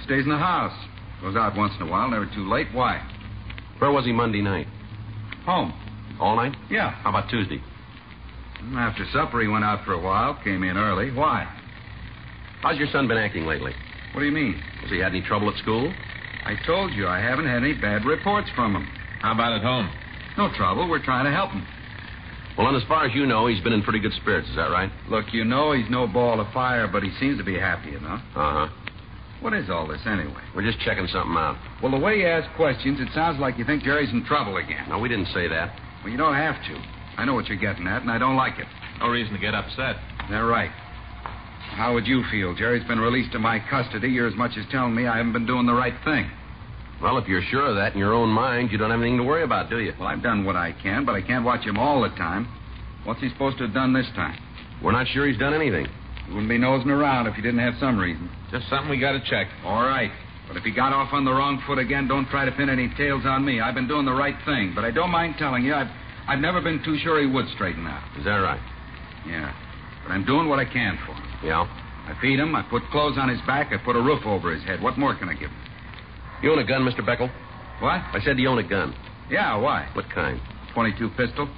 Speaker 5: Stays in the house. Goes out once in a while, never too late. Why?
Speaker 4: Where was he Monday night?
Speaker 5: Home.
Speaker 4: All night?
Speaker 5: Yeah.
Speaker 4: How about Tuesday?
Speaker 5: After supper, he went out for a while, came in early. Why?
Speaker 4: How's your son been acting lately?
Speaker 5: What do you mean?
Speaker 4: Has he had any trouble at school?
Speaker 5: I told you I haven't had any bad reports from him.
Speaker 4: How about at home?
Speaker 5: No trouble. We're trying to help him.
Speaker 4: Well, and as far as you know, he's been in pretty good spirits. Is that right?
Speaker 5: Look, you know he's no ball of fire, but he seems to be happy enough.
Speaker 4: Uh huh.
Speaker 5: What is all this anyway?
Speaker 4: We're just checking something out.
Speaker 5: Well, the way you ask questions, it sounds like you think Jerry's in trouble again.
Speaker 4: No, we didn't say that.
Speaker 5: Well, you don't have to. I know what you're getting at, and I don't like it.
Speaker 4: No reason to get upset.
Speaker 5: They're right. How would you feel? Jerry's been released to my custody. You're as much as telling me I haven't been doing the right thing.
Speaker 4: Well, if you're sure of that in your own mind, you don't have anything to worry about, do you?
Speaker 5: Well, I've done what I can, but I can't watch him all the time. What's he supposed to have done this time?
Speaker 4: We're not sure he's done anything.
Speaker 5: He wouldn't be nosing around if he didn't have some reason.
Speaker 4: Just something we got to check.
Speaker 5: All right. But if he got off on the wrong foot again, don't try to pin any tails on me. I've been doing the right thing, but I don't mind telling you, I've, I've never been too sure he would straighten out.
Speaker 4: Is that right?
Speaker 5: Yeah. But I'm doing what I can for him.
Speaker 4: Yeah?
Speaker 5: I feed him, I put clothes on his back, I put a roof over his head. What more can I give him?
Speaker 4: You own a gun, Mr. Beckel?
Speaker 5: What?
Speaker 4: I said you own a gun.
Speaker 5: Yeah, why?
Speaker 4: What kind?
Speaker 5: 22 pistol.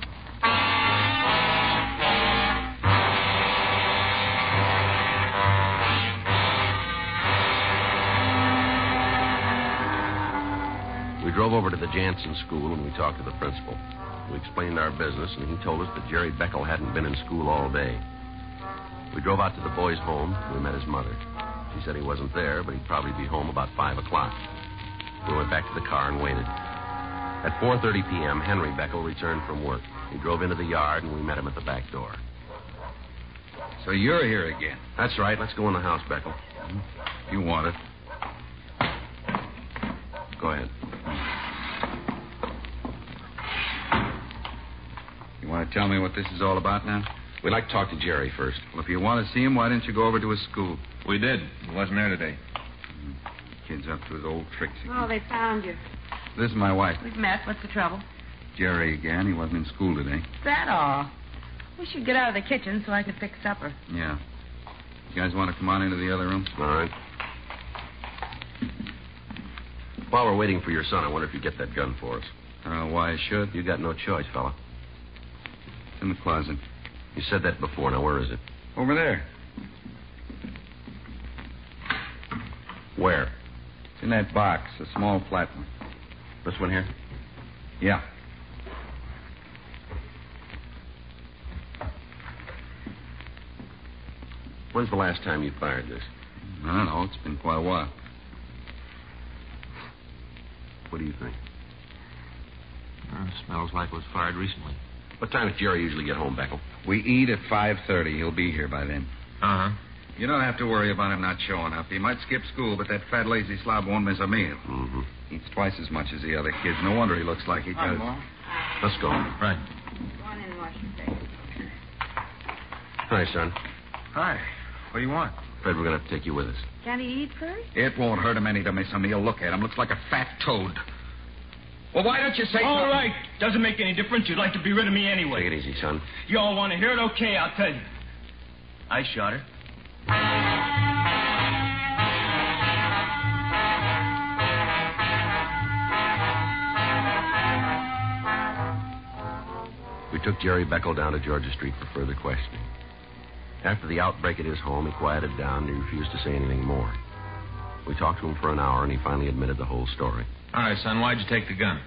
Speaker 4: We drove over to the Jansen school and we talked to the principal. We explained our business, and he told us that Jerry Beckel hadn't been in school all day. We drove out to the boy's home. We met his mother. She said he wasn't there, but he'd probably be home about 5 o'clock. We went back to the car and waited. At 4.30 p.m., Henry Beckel returned from work. He drove into the yard, and we met him at the back door.
Speaker 5: So you're here again?
Speaker 4: That's right. Let's go in the house, Beckel.
Speaker 5: You want it.
Speaker 4: Go ahead.
Speaker 5: You want to tell me what this is all about now?
Speaker 4: We'd like to talk to Jerry first.
Speaker 5: Well, if you want to see him, why didn't you go over to his school? Mm-hmm.
Speaker 4: We did. He wasn't there today.
Speaker 5: Kid's up to his old tricks again.
Speaker 13: Oh, they found you.
Speaker 5: This is my wife.
Speaker 20: We've met. What's the trouble?
Speaker 5: Jerry again. He wasn't in school today.
Speaker 20: Is that all? We should get out of the kitchen so I can fix supper.
Speaker 5: Yeah. You guys want to come on into the other room?
Speaker 4: All right. While we're waiting for your son, I wonder if you get that gun for us.
Speaker 5: I don't know Uh, why I should.
Speaker 4: You got no choice, fella.
Speaker 5: It's in the closet.
Speaker 4: You said that before. Now, where is it?
Speaker 5: Over there.
Speaker 4: Where?
Speaker 5: It's in that box, a small flat one.
Speaker 4: This one here?
Speaker 5: Yeah.
Speaker 4: When's the last time you fired this?
Speaker 5: I don't know. It's been quite a while.
Speaker 4: What do you think?
Speaker 14: Uh, smells like it was fired recently.
Speaker 4: What time does Jerry usually get home, Beckel?
Speaker 5: We eat at 5.30. He'll be here by then.
Speaker 14: Uh-huh.
Speaker 5: You don't have to worry about him not showing up. He might skip school, but that fat, lazy slob won't miss a meal.
Speaker 4: Mm-hmm.
Speaker 5: Eats twice as much as the other kids. No wonder he looks like he does.
Speaker 4: Let's go.
Speaker 14: Right.
Speaker 13: Go on in and wash your face.
Speaker 4: Hi, son.
Speaker 14: Hi. What do you want?
Speaker 4: Fred, we're going to have to take you with us.
Speaker 13: Can he eat first?
Speaker 5: It won't hurt him any to miss a meal. Look at him. Looks like a fat toad. Well, why don't you say
Speaker 23: All
Speaker 5: something?
Speaker 23: right. Doesn't make any difference. You'd like to be rid of me anyway.
Speaker 4: Take it easy, son.
Speaker 23: You all want to hear it? Okay, I'll tell you. I shot her.
Speaker 4: We took Jerry Beckel down to Georgia Street for further questioning. After the outbreak at his home, he quieted down and he refused to say anything more. We talked to him for an hour, and he finally admitted the whole story.
Speaker 14: All right, son, why'd you take the gun?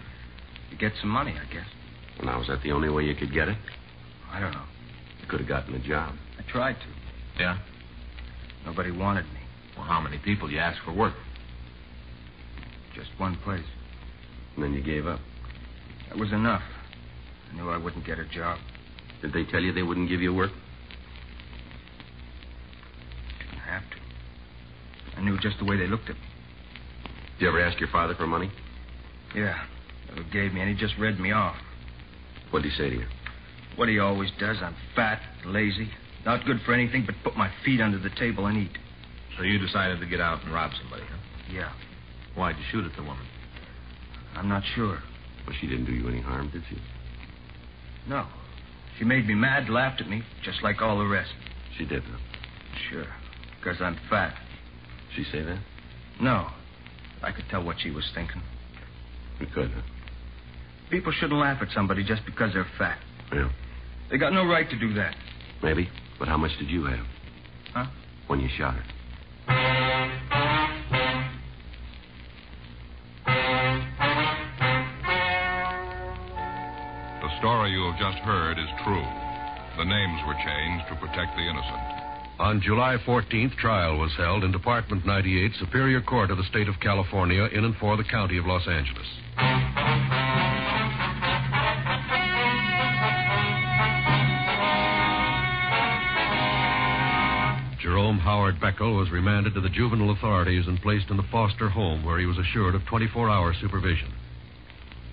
Speaker 15: To get some money, I guess.
Speaker 4: Now, was that the only way you could get it?
Speaker 15: I don't know.
Speaker 4: You could have gotten a job.
Speaker 15: I tried to.
Speaker 14: Yeah?
Speaker 15: Nobody wanted me.
Speaker 14: Well, how many people you asked for work?
Speaker 15: Just one place.
Speaker 4: And then you gave up.
Speaker 15: That was enough. I knew I wouldn't get a job.
Speaker 4: Did they tell you they wouldn't give you work?
Speaker 15: Didn't have to. I knew just the way they looked at me.
Speaker 4: Did you ever ask your father for money?
Speaker 15: Yeah. Never gave me, and he just read me off.
Speaker 4: What did he say to you?
Speaker 15: What he always does, I'm fat, lazy, not good for anything but put my feet under the table and eat.
Speaker 14: So you decided to get out and rob somebody, huh?
Speaker 15: Yeah.
Speaker 14: Why'd you shoot at the woman?
Speaker 15: I'm not sure.
Speaker 4: Well, she didn't do you any harm, did she?
Speaker 15: No. She made me mad, laughed at me, just like all the rest.
Speaker 4: She did, huh?
Speaker 15: Sure, because I'm fat.
Speaker 4: She say that?
Speaker 15: No. I could tell what she was thinking.
Speaker 4: You could, huh?
Speaker 15: People shouldn't laugh at somebody just because they're fat.
Speaker 4: Yeah.
Speaker 15: They got no right to do that.
Speaker 4: Maybe. But how much did you have?
Speaker 15: Huh?
Speaker 4: When you shot her.
Speaker 14: The story you have just heard is true. The names were changed to protect the innocent.
Speaker 5: On July 14th, trial was held in Department 98, Superior Court of the State of California, in and for the County of Los Angeles. Jerome Howard Beckel was remanded to the juvenile authorities and placed in the foster home where he was assured of 24 hour supervision.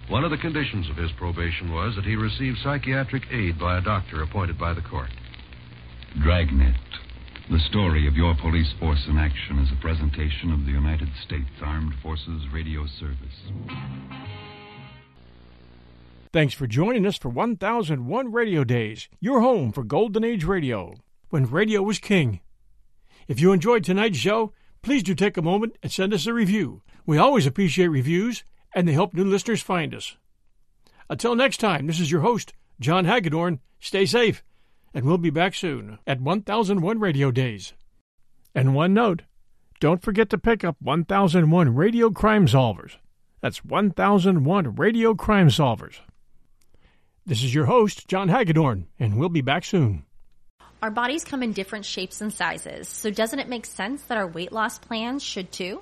Speaker 5: One of the conditions of his probation was that he receive psychiatric aid by a doctor appointed by the court.
Speaker 11: Dragnet. The story of your police force in action is a presentation of the United States Armed Forces Radio Service.
Speaker 1: Thanks for joining us for 1001 Radio Days, your home for Golden Age radio, when radio was king. If you enjoyed tonight's show, please do take a moment and send us a review. We always appreciate reviews, and they help new listeners find us. Until next time, this is your host, John Hagedorn. Stay safe, and we'll be back soon at 1001 Radio Days. And one note don't forget to pick up 1001 Radio Crime Solvers. That's 1001 Radio Crime Solvers. This is your host, John Hagedorn, and we'll be back soon.
Speaker 24: Our bodies come in different shapes and sizes, so doesn't it make sense that our weight loss plans should too?